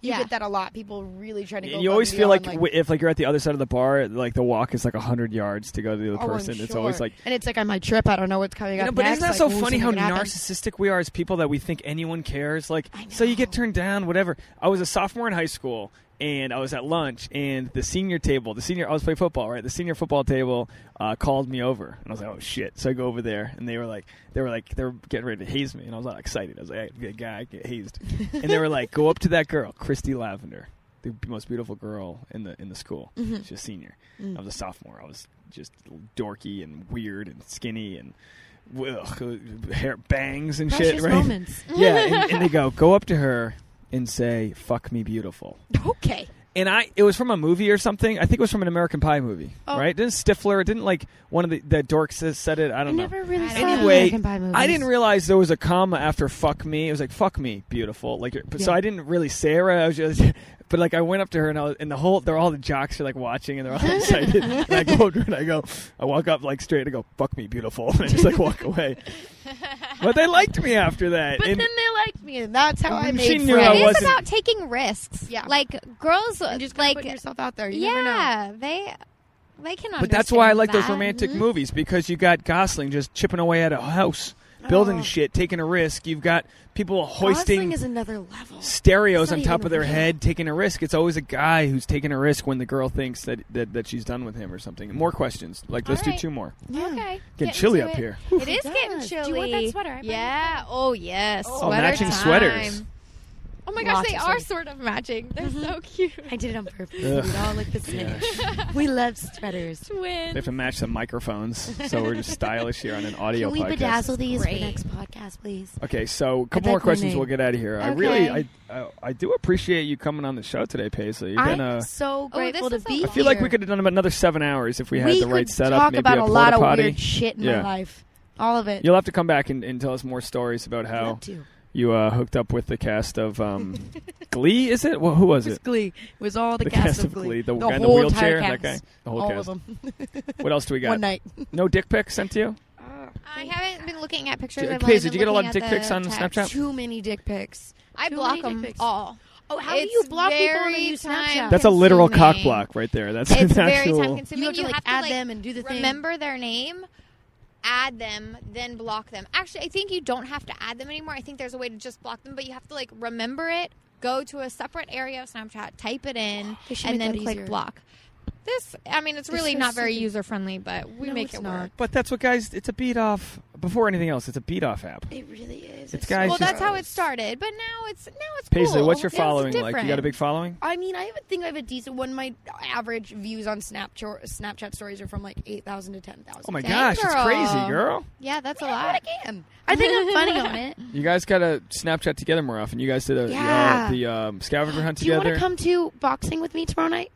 You Yeah. get that a lot. People really trying to. Go And uh, you above always and feel like, beyond, w if like you're at the other side of the bar, like the walk is like hundred yards to go to the other oh, I'm person. It's always sure. like. and it's like on my trip. I don't know what's coming You up. know, but next. isn't that like, so ooh, funny something how could happen. narcissistic we are as people that we think anyone cares? Like, I so you get know. turned down, whatever. I was a sophomore in high school, and I was at lunch, and the senior table, the senior, I was playing football, right? The senior football table uh, called me over, and I was like, oh shit. So I go over there, and they were like, they were like, they were getting ready to haze me, and I was all excited. I was like, hey, guy, I get hazed, and they were like, go up to that girl, Christy Lavender. The most beautiful girl in the in the school. Mm-hmm. She's a senior. Mm. I was a sophomore. I was just dorky and weird and skinny and ugh, hair bangs and Precious shit, right? moments. Yeah, and, and they go go up to her and say, "Fuck me, beautiful." Okay. And I, it was from a movie or something. I think it was from an American Pie movie, Oh. right? Didn't Stifler? Didn't like one of the the dorks has said it? I I don't know. never really I saw don't know. Anyway, American Pie movies. I didn't realize there was a comma after "fuck me." It was like "fuck me, beautiful." Like, but so Yeah. I didn't really say it. Right. I was just, but like I went up to her and I was, and the whole they're all the jocks are like watching and they're all excited. and I go up to her and I go, I walk up like straight. I go, "Fuck me, beautiful," and I just like walk away. but they liked me after that. But and then they liked me, and that's how I She made knew I friends. it is wasn't- about taking risks. Yeah. Like girls And just kinda like putting yourself out there. You never know. Yeah, they they can but that's why I understand like those that. romantic movies because you got Gosling just chipping away at a house, building Oh. shit, taking a risk. You've got people Gosling hoisting is another level. stereos It's not on top even of their real. head, taking a risk. It's always a guy who's taking a risk when the girl thinks that that, that she's done with him or something. More questions. Like let's All do right. two more. Yeah. Mm-hmm. Okay. Getting Get chilly into up it. here. It It is getting does. chilly. Do you want that sweater? I brought it. yeah. Oh yes. Oh, Sweater matching time. sweaters. Oh my gosh, Lots they of Mm-hmm. are sweaters. sort of matching. They're so cute. I did it on purpose. Ugh. We all look the same. We love sweaters. Twins. They have to match the microphones, so we're just stylish here on an audio Can we podcast. bedazzle these Great. for next podcast, please? Okay, so a I couple more like my questions. name. We'll get out of here. I Okay. really, I, I, I do appreciate you coming on the show today, Paisley. You've been, uh, I'm so Oh, this grateful to is a be lot. I feel like we could have done about another seven hours if we had the right could setup. talk maybe about a, a, lot of porta-potty. weird shit in Yeah. my life. All of it. You'll have to come back and, and tell us more stories about I'd how love to. you uh, hooked up with the cast of um, Glee. Is it? Well, who was It was it? Glee. It was all the, cast, of Glee. the, guy in the whole wheelchair, entire that guy, cast. the whole all cast. of them. What else do we got? One night. No dick pics sent to you? I haven't been looking at pictures. J- I've Paige, only did been you get a lot of looking dick at the pics on text. Snapchat? Too many dick pics. I Too block many dick them pics. all. Oh, how do It's you block people when very you use time- Snapchat? That's a literal cock Consuming. block right there. That's It's an very actual. time consuming. you have to like add them and do the thing. remember their name, add them, then block them. Actually, I think you don't have to add them anymore. I think there's a way to just block them, but you have to like remember it, go to a separate area of Snapchat, type it in, They should and make then that click easier. block. This, I mean, it's It's really so not very stupid. user friendly, but we No, make it's it not. work. but that's what guys. It's a beat off. Before anything else, it's a beat off app. It really is. It's guys Well, It's just- that's how it started, but now it's now it's Paisley, cool. what's your It's following like? You got a different. big following? I mean, I have- think I have a decent one. My average views on Snapchat Snapchat stories are from like eight thousand to ten thousand. Oh my Dang, gosh, it's crazy, girl. girl. Yeah, that's a I lot. can. I think I'm funny on it. You guys got to Snapchat together more often. You guys did a Yeah. uh, the um, scavenger hunt Do you want together. to come to boxing with me tomorrow night?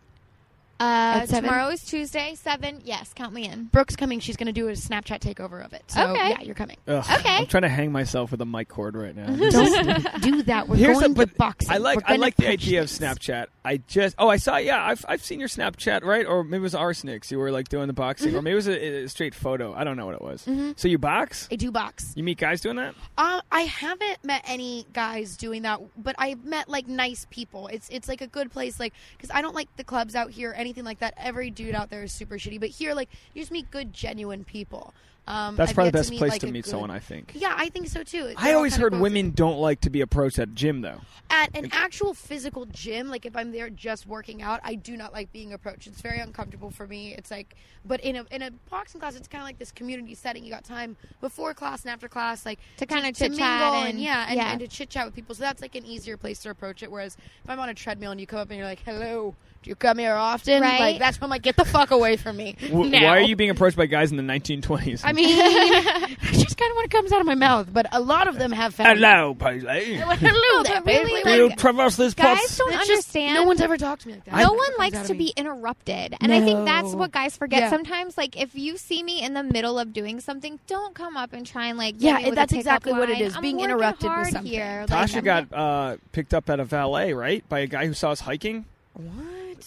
Uh, At seven? tomorrow is Tuesday, seven. Yes, count me in. Brooke's coming. She's going to do a Snapchat takeover of it. So, Okay. Yeah, you're coming. Ugh, Okay. I'm trying to hang myself with a mic cord right now. Don't do that. We're Here's going a, but to boxing. I We're like I gonna like the pitch idea of things. Snapchat. I just oh I saw yeah I've I've seen your Snapchat right or maybe it was arsenics you were like doing the boxing Mm-hmm. or maybe it was a, a straight photo I don't know what it was. So you box? I do box. You meet guys doing that? Um, I haven't met any guys doing that, but I've met like nice people. It's it's like a good place, like because I don't like the clubs out here, or anything like that. Every dude out there is super shitty, but here, like, you just meet good, genuine people. Um, That's I've probably yet the best place like, to a meet good- someone. I think. Yeah, I think so too. I They're all always kinda heard both- women don't like to be approached at gym though. at an actual physical gym like if i'm there just working out i do not like being approached it's very uncomfortable for me it's like but in a in a boxing class it's kind of like this community setting you got time before class and after class like To to kinda chit-chat mingle and- yeah and, yeah. and to chit chat with people so that's like an easier place to approach it whereas if i'm on a treadmill and you come up and you're like hello do you come here often Right. like that's when i'm like get the fuck away from me W- now. Why are you being approached by guys in the 1920s? i mean that's just kind of what it comes out of my mouth but a lot of them have found hello, Paisley. hello No, there, but really, baby. like, Will you traverse this Guys path? don't It's just- understand. no one's ever talked to me like that. no It one comes out likes of to me. be interrupted. And I think that's No. what guys forget Yeah. sometimes. Like, if you see me in the middle of doing something, don't come up and try and, like, hit Yeah, me with a that's pickup exactly what it line. is, I'm being working interrupted with hard something. Here. Like, Tasha got uh, picked up at a valet, right? By a guy who saw us hiking. What?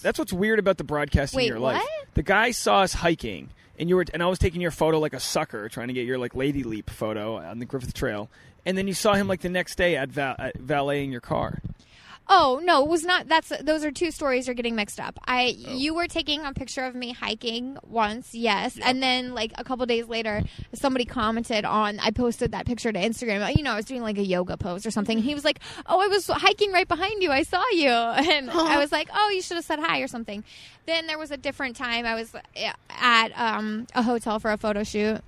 That's what's weird about the broadcasting Wait, of your life. what? The guy saw us hiking, and you were, and I was taking your photo like a sucker, trying to get your like lady leap photo on the Griffith Trail. And then you saw him like the next day at, val- at valeting your car. Oh no, it was not. That's those are two stories are getting mixed up. I you were taking a picture of me hiking once, yes, and then like a couple days later, somebody commented on I posted that picture to Instagram. You know, I was doing like a yoga pose or something. He was like, "Oh, I was hiking right behind you. I saw you," and I was like, "Oh, you should have said hi or something." Then there was a different time I was uh, at um, a hotel for a photo shoot.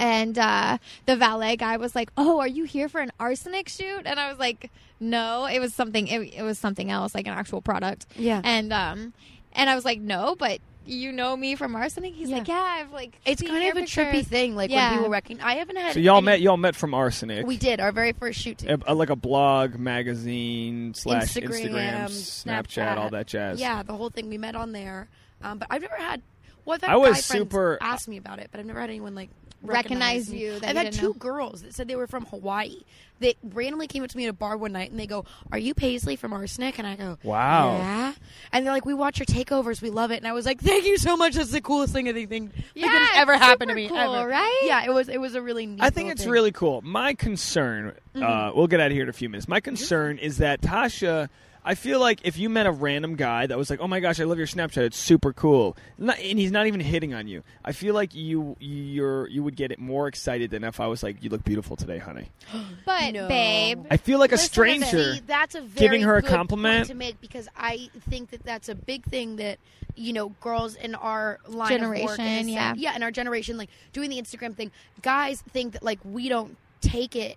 And uh, the valet guy was like, "Oh, are you here for an arsenic shoot?" And I was like, "No, it was something. It, it was something else, like an actual product." Yeah. And um, and I was like, "No, but you know me from arsenic." He's Yeah. like, "Yeah, I've like It's seen kind your of a trippy pictures." thing. Like Yeah. when people recognize. I haven't had. So y'all any- met y'all met from arsenic. We did our very first shoot. A- together. a- like a blog, magazine, slash Instagram, Snapchat, Snapchat. all that jazz. Yeah, the whole thing. We met on there, um, but I've never had. Well, I've had I was guy friends super- ask me about it, but I've never had anyone like Recognize recognize me. you that I've you had didn't two know. girls that said they were from Hawaii. They randomly came up to me at a bar one night and they go, "Are you Paisley from Arsenic?" And I go, Wow. yeah." And they're like, "We watch your takeovers. We love it." And I was like, "Thank you so much. That's the coolest thing I think thing that could Yeah, have ever it's happened to super me. cool, ever. right? Yeah, it was. It was a really. Neat I think little it's thing. really cool. My concern, Mm-hmm. uh, we'll get out of here in a few minutes. My concern is that Tasha, I feel like if you met a random guy that was like, "Oh my gosh, I love your Snapchat. It's super cool," not, and he's not even hitting on you, I feel like you you're you would get it more excited than if I was like, "You look beautiful today, honey." But No. babe, I feel like a Listen to stranger. See, that's a very Giving her a good point compliment. to make because I think that that's a big thing that you know girls in our line of work Generation, is, yeah. yeah, in our generation, like doing the Instagram thing. Guys think that like we don't take it.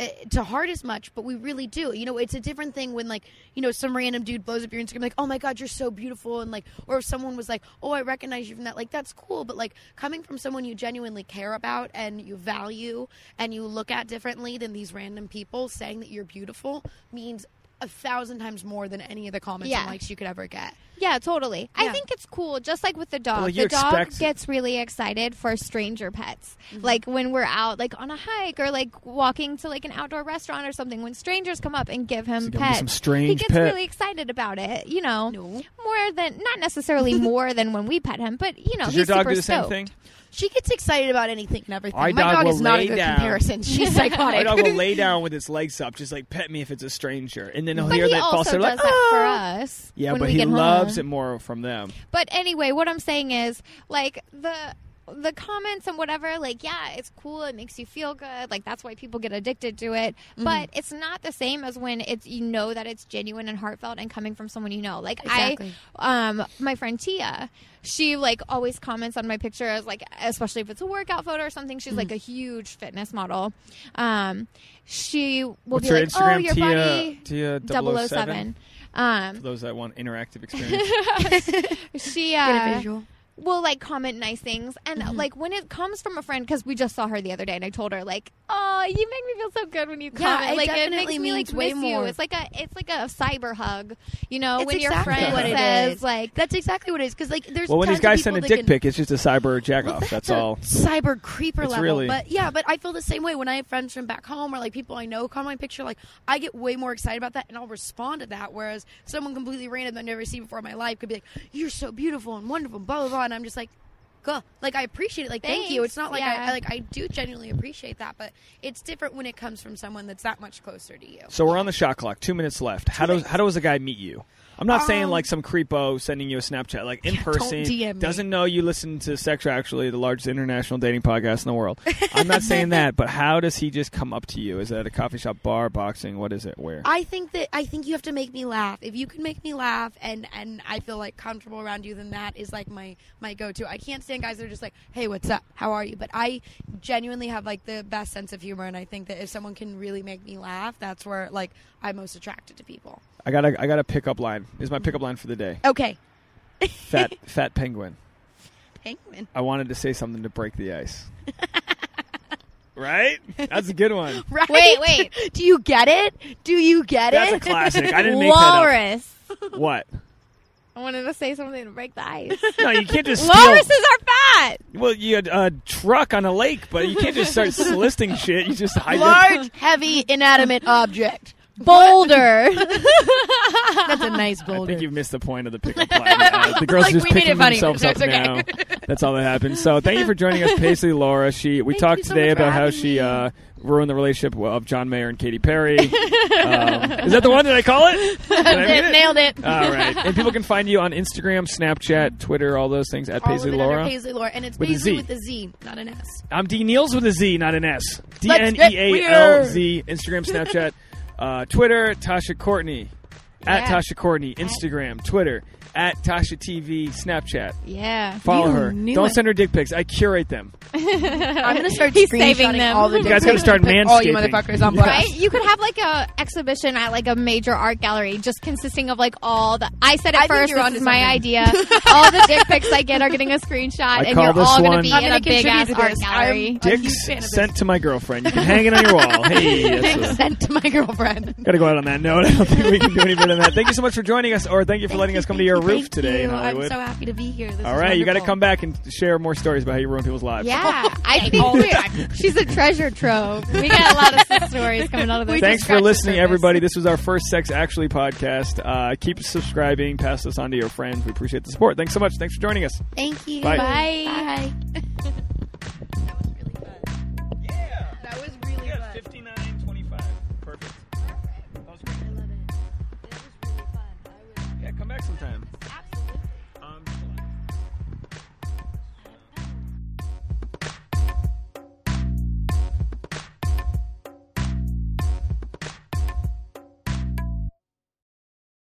uh, To heart as much, but we really do. You know, it's a different thing when like you know some random dude blows up your Instagram like, oh my god, you're so beautiful, and like, or if someone was like, oh, I recognize you from that, like that's cool. But like coming from someone you genuinely care about and you value and you look at differently than these random people saying that you're beautiful means a thousand times more than any of the comments Yeah. and likes you could ever get. yeah, totally. I Yeah. think it's cool. Just like with the dog, like, you the dog expect- gets really excited for stranger pets. Mm-hmm. Like when we're out, like on a hike or like walking to like an outdoor restaurant or something. When strangers come up and give gonna him be pets, some strange he gets pet. really excited about it. You know, No. more than not necessarily more than when we pet him, but you know, Does your he's dog super do the same stoked. thing? She gets excited about anything and everything. Our My dog dog, will is not lay a good down. comparison. She's psychotic. My dog will lay down with its legs up, just like pet me if it's a stranger, and then he'll But hear he that also falsetto. does like, that for "Ah." us. Yeah, when but we he get loves home. it more from them. But anyway, what I'm saying is like the the comments and whatever like yeah it's cool it makes you feel good like that's why people get addicted to it Mm-hmm. but it's not the same as when it's you know that it's genuine and heartfelt and coming from someone you know like Exactly. i um my friend tia she like always comments on my pictures like especially if it's a workout photo or something she's Mm-hmm. like a huge fitness model um she will What's be your like Instagram? oh your Tia, oh body Tia 007, 007. um Those that want interactive experience. she Get a uh, visual. will like comment nice things and Mm-hmm. like when it comes from a friend because we just saw her the other day and i told her like oh you make me feel so good when you Yeah, comment it like it definitely makes me like means way miss you more. it's like a it's like a cyber hug you know It's when your exactly friend what it says is. like That's exactly what it is. Because like, there's well, when these tons guys of send a people that dick can- pic, it's just a cyber jack Well, off. That's, a all. Cyber creeper It's level. really- But yeah, but I feel the same way when I have friends from back home or like people I know come on my picture. Like I get way more excited about that and I'll respond to that. Whereas someone completely random that I've never seen before in my life could be like, "You're so beautiful and wonderful," blah blah blah, and I'm just like, Cool. Like I appreciate it. Like thank you. Thanks. It's not like Yeah. I, I like I do genuinely appreciate that, but it's different when it comes from someone that's that much closer to you. So we're on the shot clock. Two minutes left. how does how does a guy meet you? I'm not saying Um, like some creepo sending you a Snapchat, like in Yeah, don't person. DM me. Doesn't know you listen to Sex Actually, the largest international dating podcast in the world. I'm not saying that, but how does he just come up to you? Is that a coffee shop, bar, boxing? What is it? Where? I think that I think you have to make me laugh. If you can make me laugh and and I feel like comfortable around you, then that is like my my go to. I can't stand guys that are just like, "Hey, what's up? How are you?" But I genuinely have like the best sense of humor, and I think that if someone can really make me laugh, that's where like I'm most attracted to people. I got a I got a pickup line. Is my pickup line for the day? Okay, Fat fat penguin. penguin. I wanted to say something to break the ice. right? That's a good one. Right? Wait, wait. Do you get it? Do you get That's a it? classic. I didn't make that Walrus. up. What? I wanted to say something to break the ice. No, you can't just steal. Walruses are fat. Well, you had a truck on a lake, but you can't just start listing shit. You just hide it. Large, heavy, inanimate object. Boulder. That's a nice I boulder. think you've missed the point of the pickup line. Uh, the girls Like, are just we made picking it funny, themselves so up it's okay. now. That's all that happens. So, thank you for joining us, Paisley Laura. She we Thank talked you so today much for about how having she me. uh, ruined the relationship of John Mayer and Katy Perry. um, is that the one? Did I call it? Did I That's mean uh, it. Nailed it. All right, and people can find you on Instagram, Snapchat, Twitter, all those things at All of Paisley it under Laura. Paisley Laura, and it's With a Paisley Z. with a Z, not an S. I'm D Niels with a Z, not an S. D Let's N get E A L Z. Instagram, Snapchat, uh, Twitter, Tasha Courtney. At Yeah. Tasha Courtney, Instagram, Twitter, at Tasha TV, Snapchat. Yeah. Follow You her. knew Don't it. send her dick pics. I curate them. I'm gonna start He's screenshotting saving them. Oh, all the You dick guys gotta pics start and put All you manscaping. motherfuckers on Yeah. blast. Right? You could have like a exhibition at like a major art gallery, just consisting of like all the. I said it I think first. you're This onto is my something. idea. all the dick pics I get are getting a screenshot, and call you're this all one- gonna be I'm in gonna a big ass contribute to art this. gallery. I'm- A huge Dicks fan of this. sent to my girlfriend. You can hang it on your wall. Hey, that's a- Sent to my girlfriend. Gotta go out on that note. I don't think we can do any better than that. Thank you so much for joining us, or thank you for letting us come to your roof Thank today in you. I'm Hollywood. so happy to be here. This All is right, you got to wonderful. come back and share more stories about how you ruin people's lives. Yeah, I all think the we're- she's a treasure trove. We got a lot of stories coming out of this. Thanks Just for scratched the listening, surface. everybody. This was our first Sex Actually podcast. Uh, keep subscribing. Pass this on to your friends. We appreciate the support. Thanks so much. Thanks for joining us. Thank you. Bye. Bye. Bye.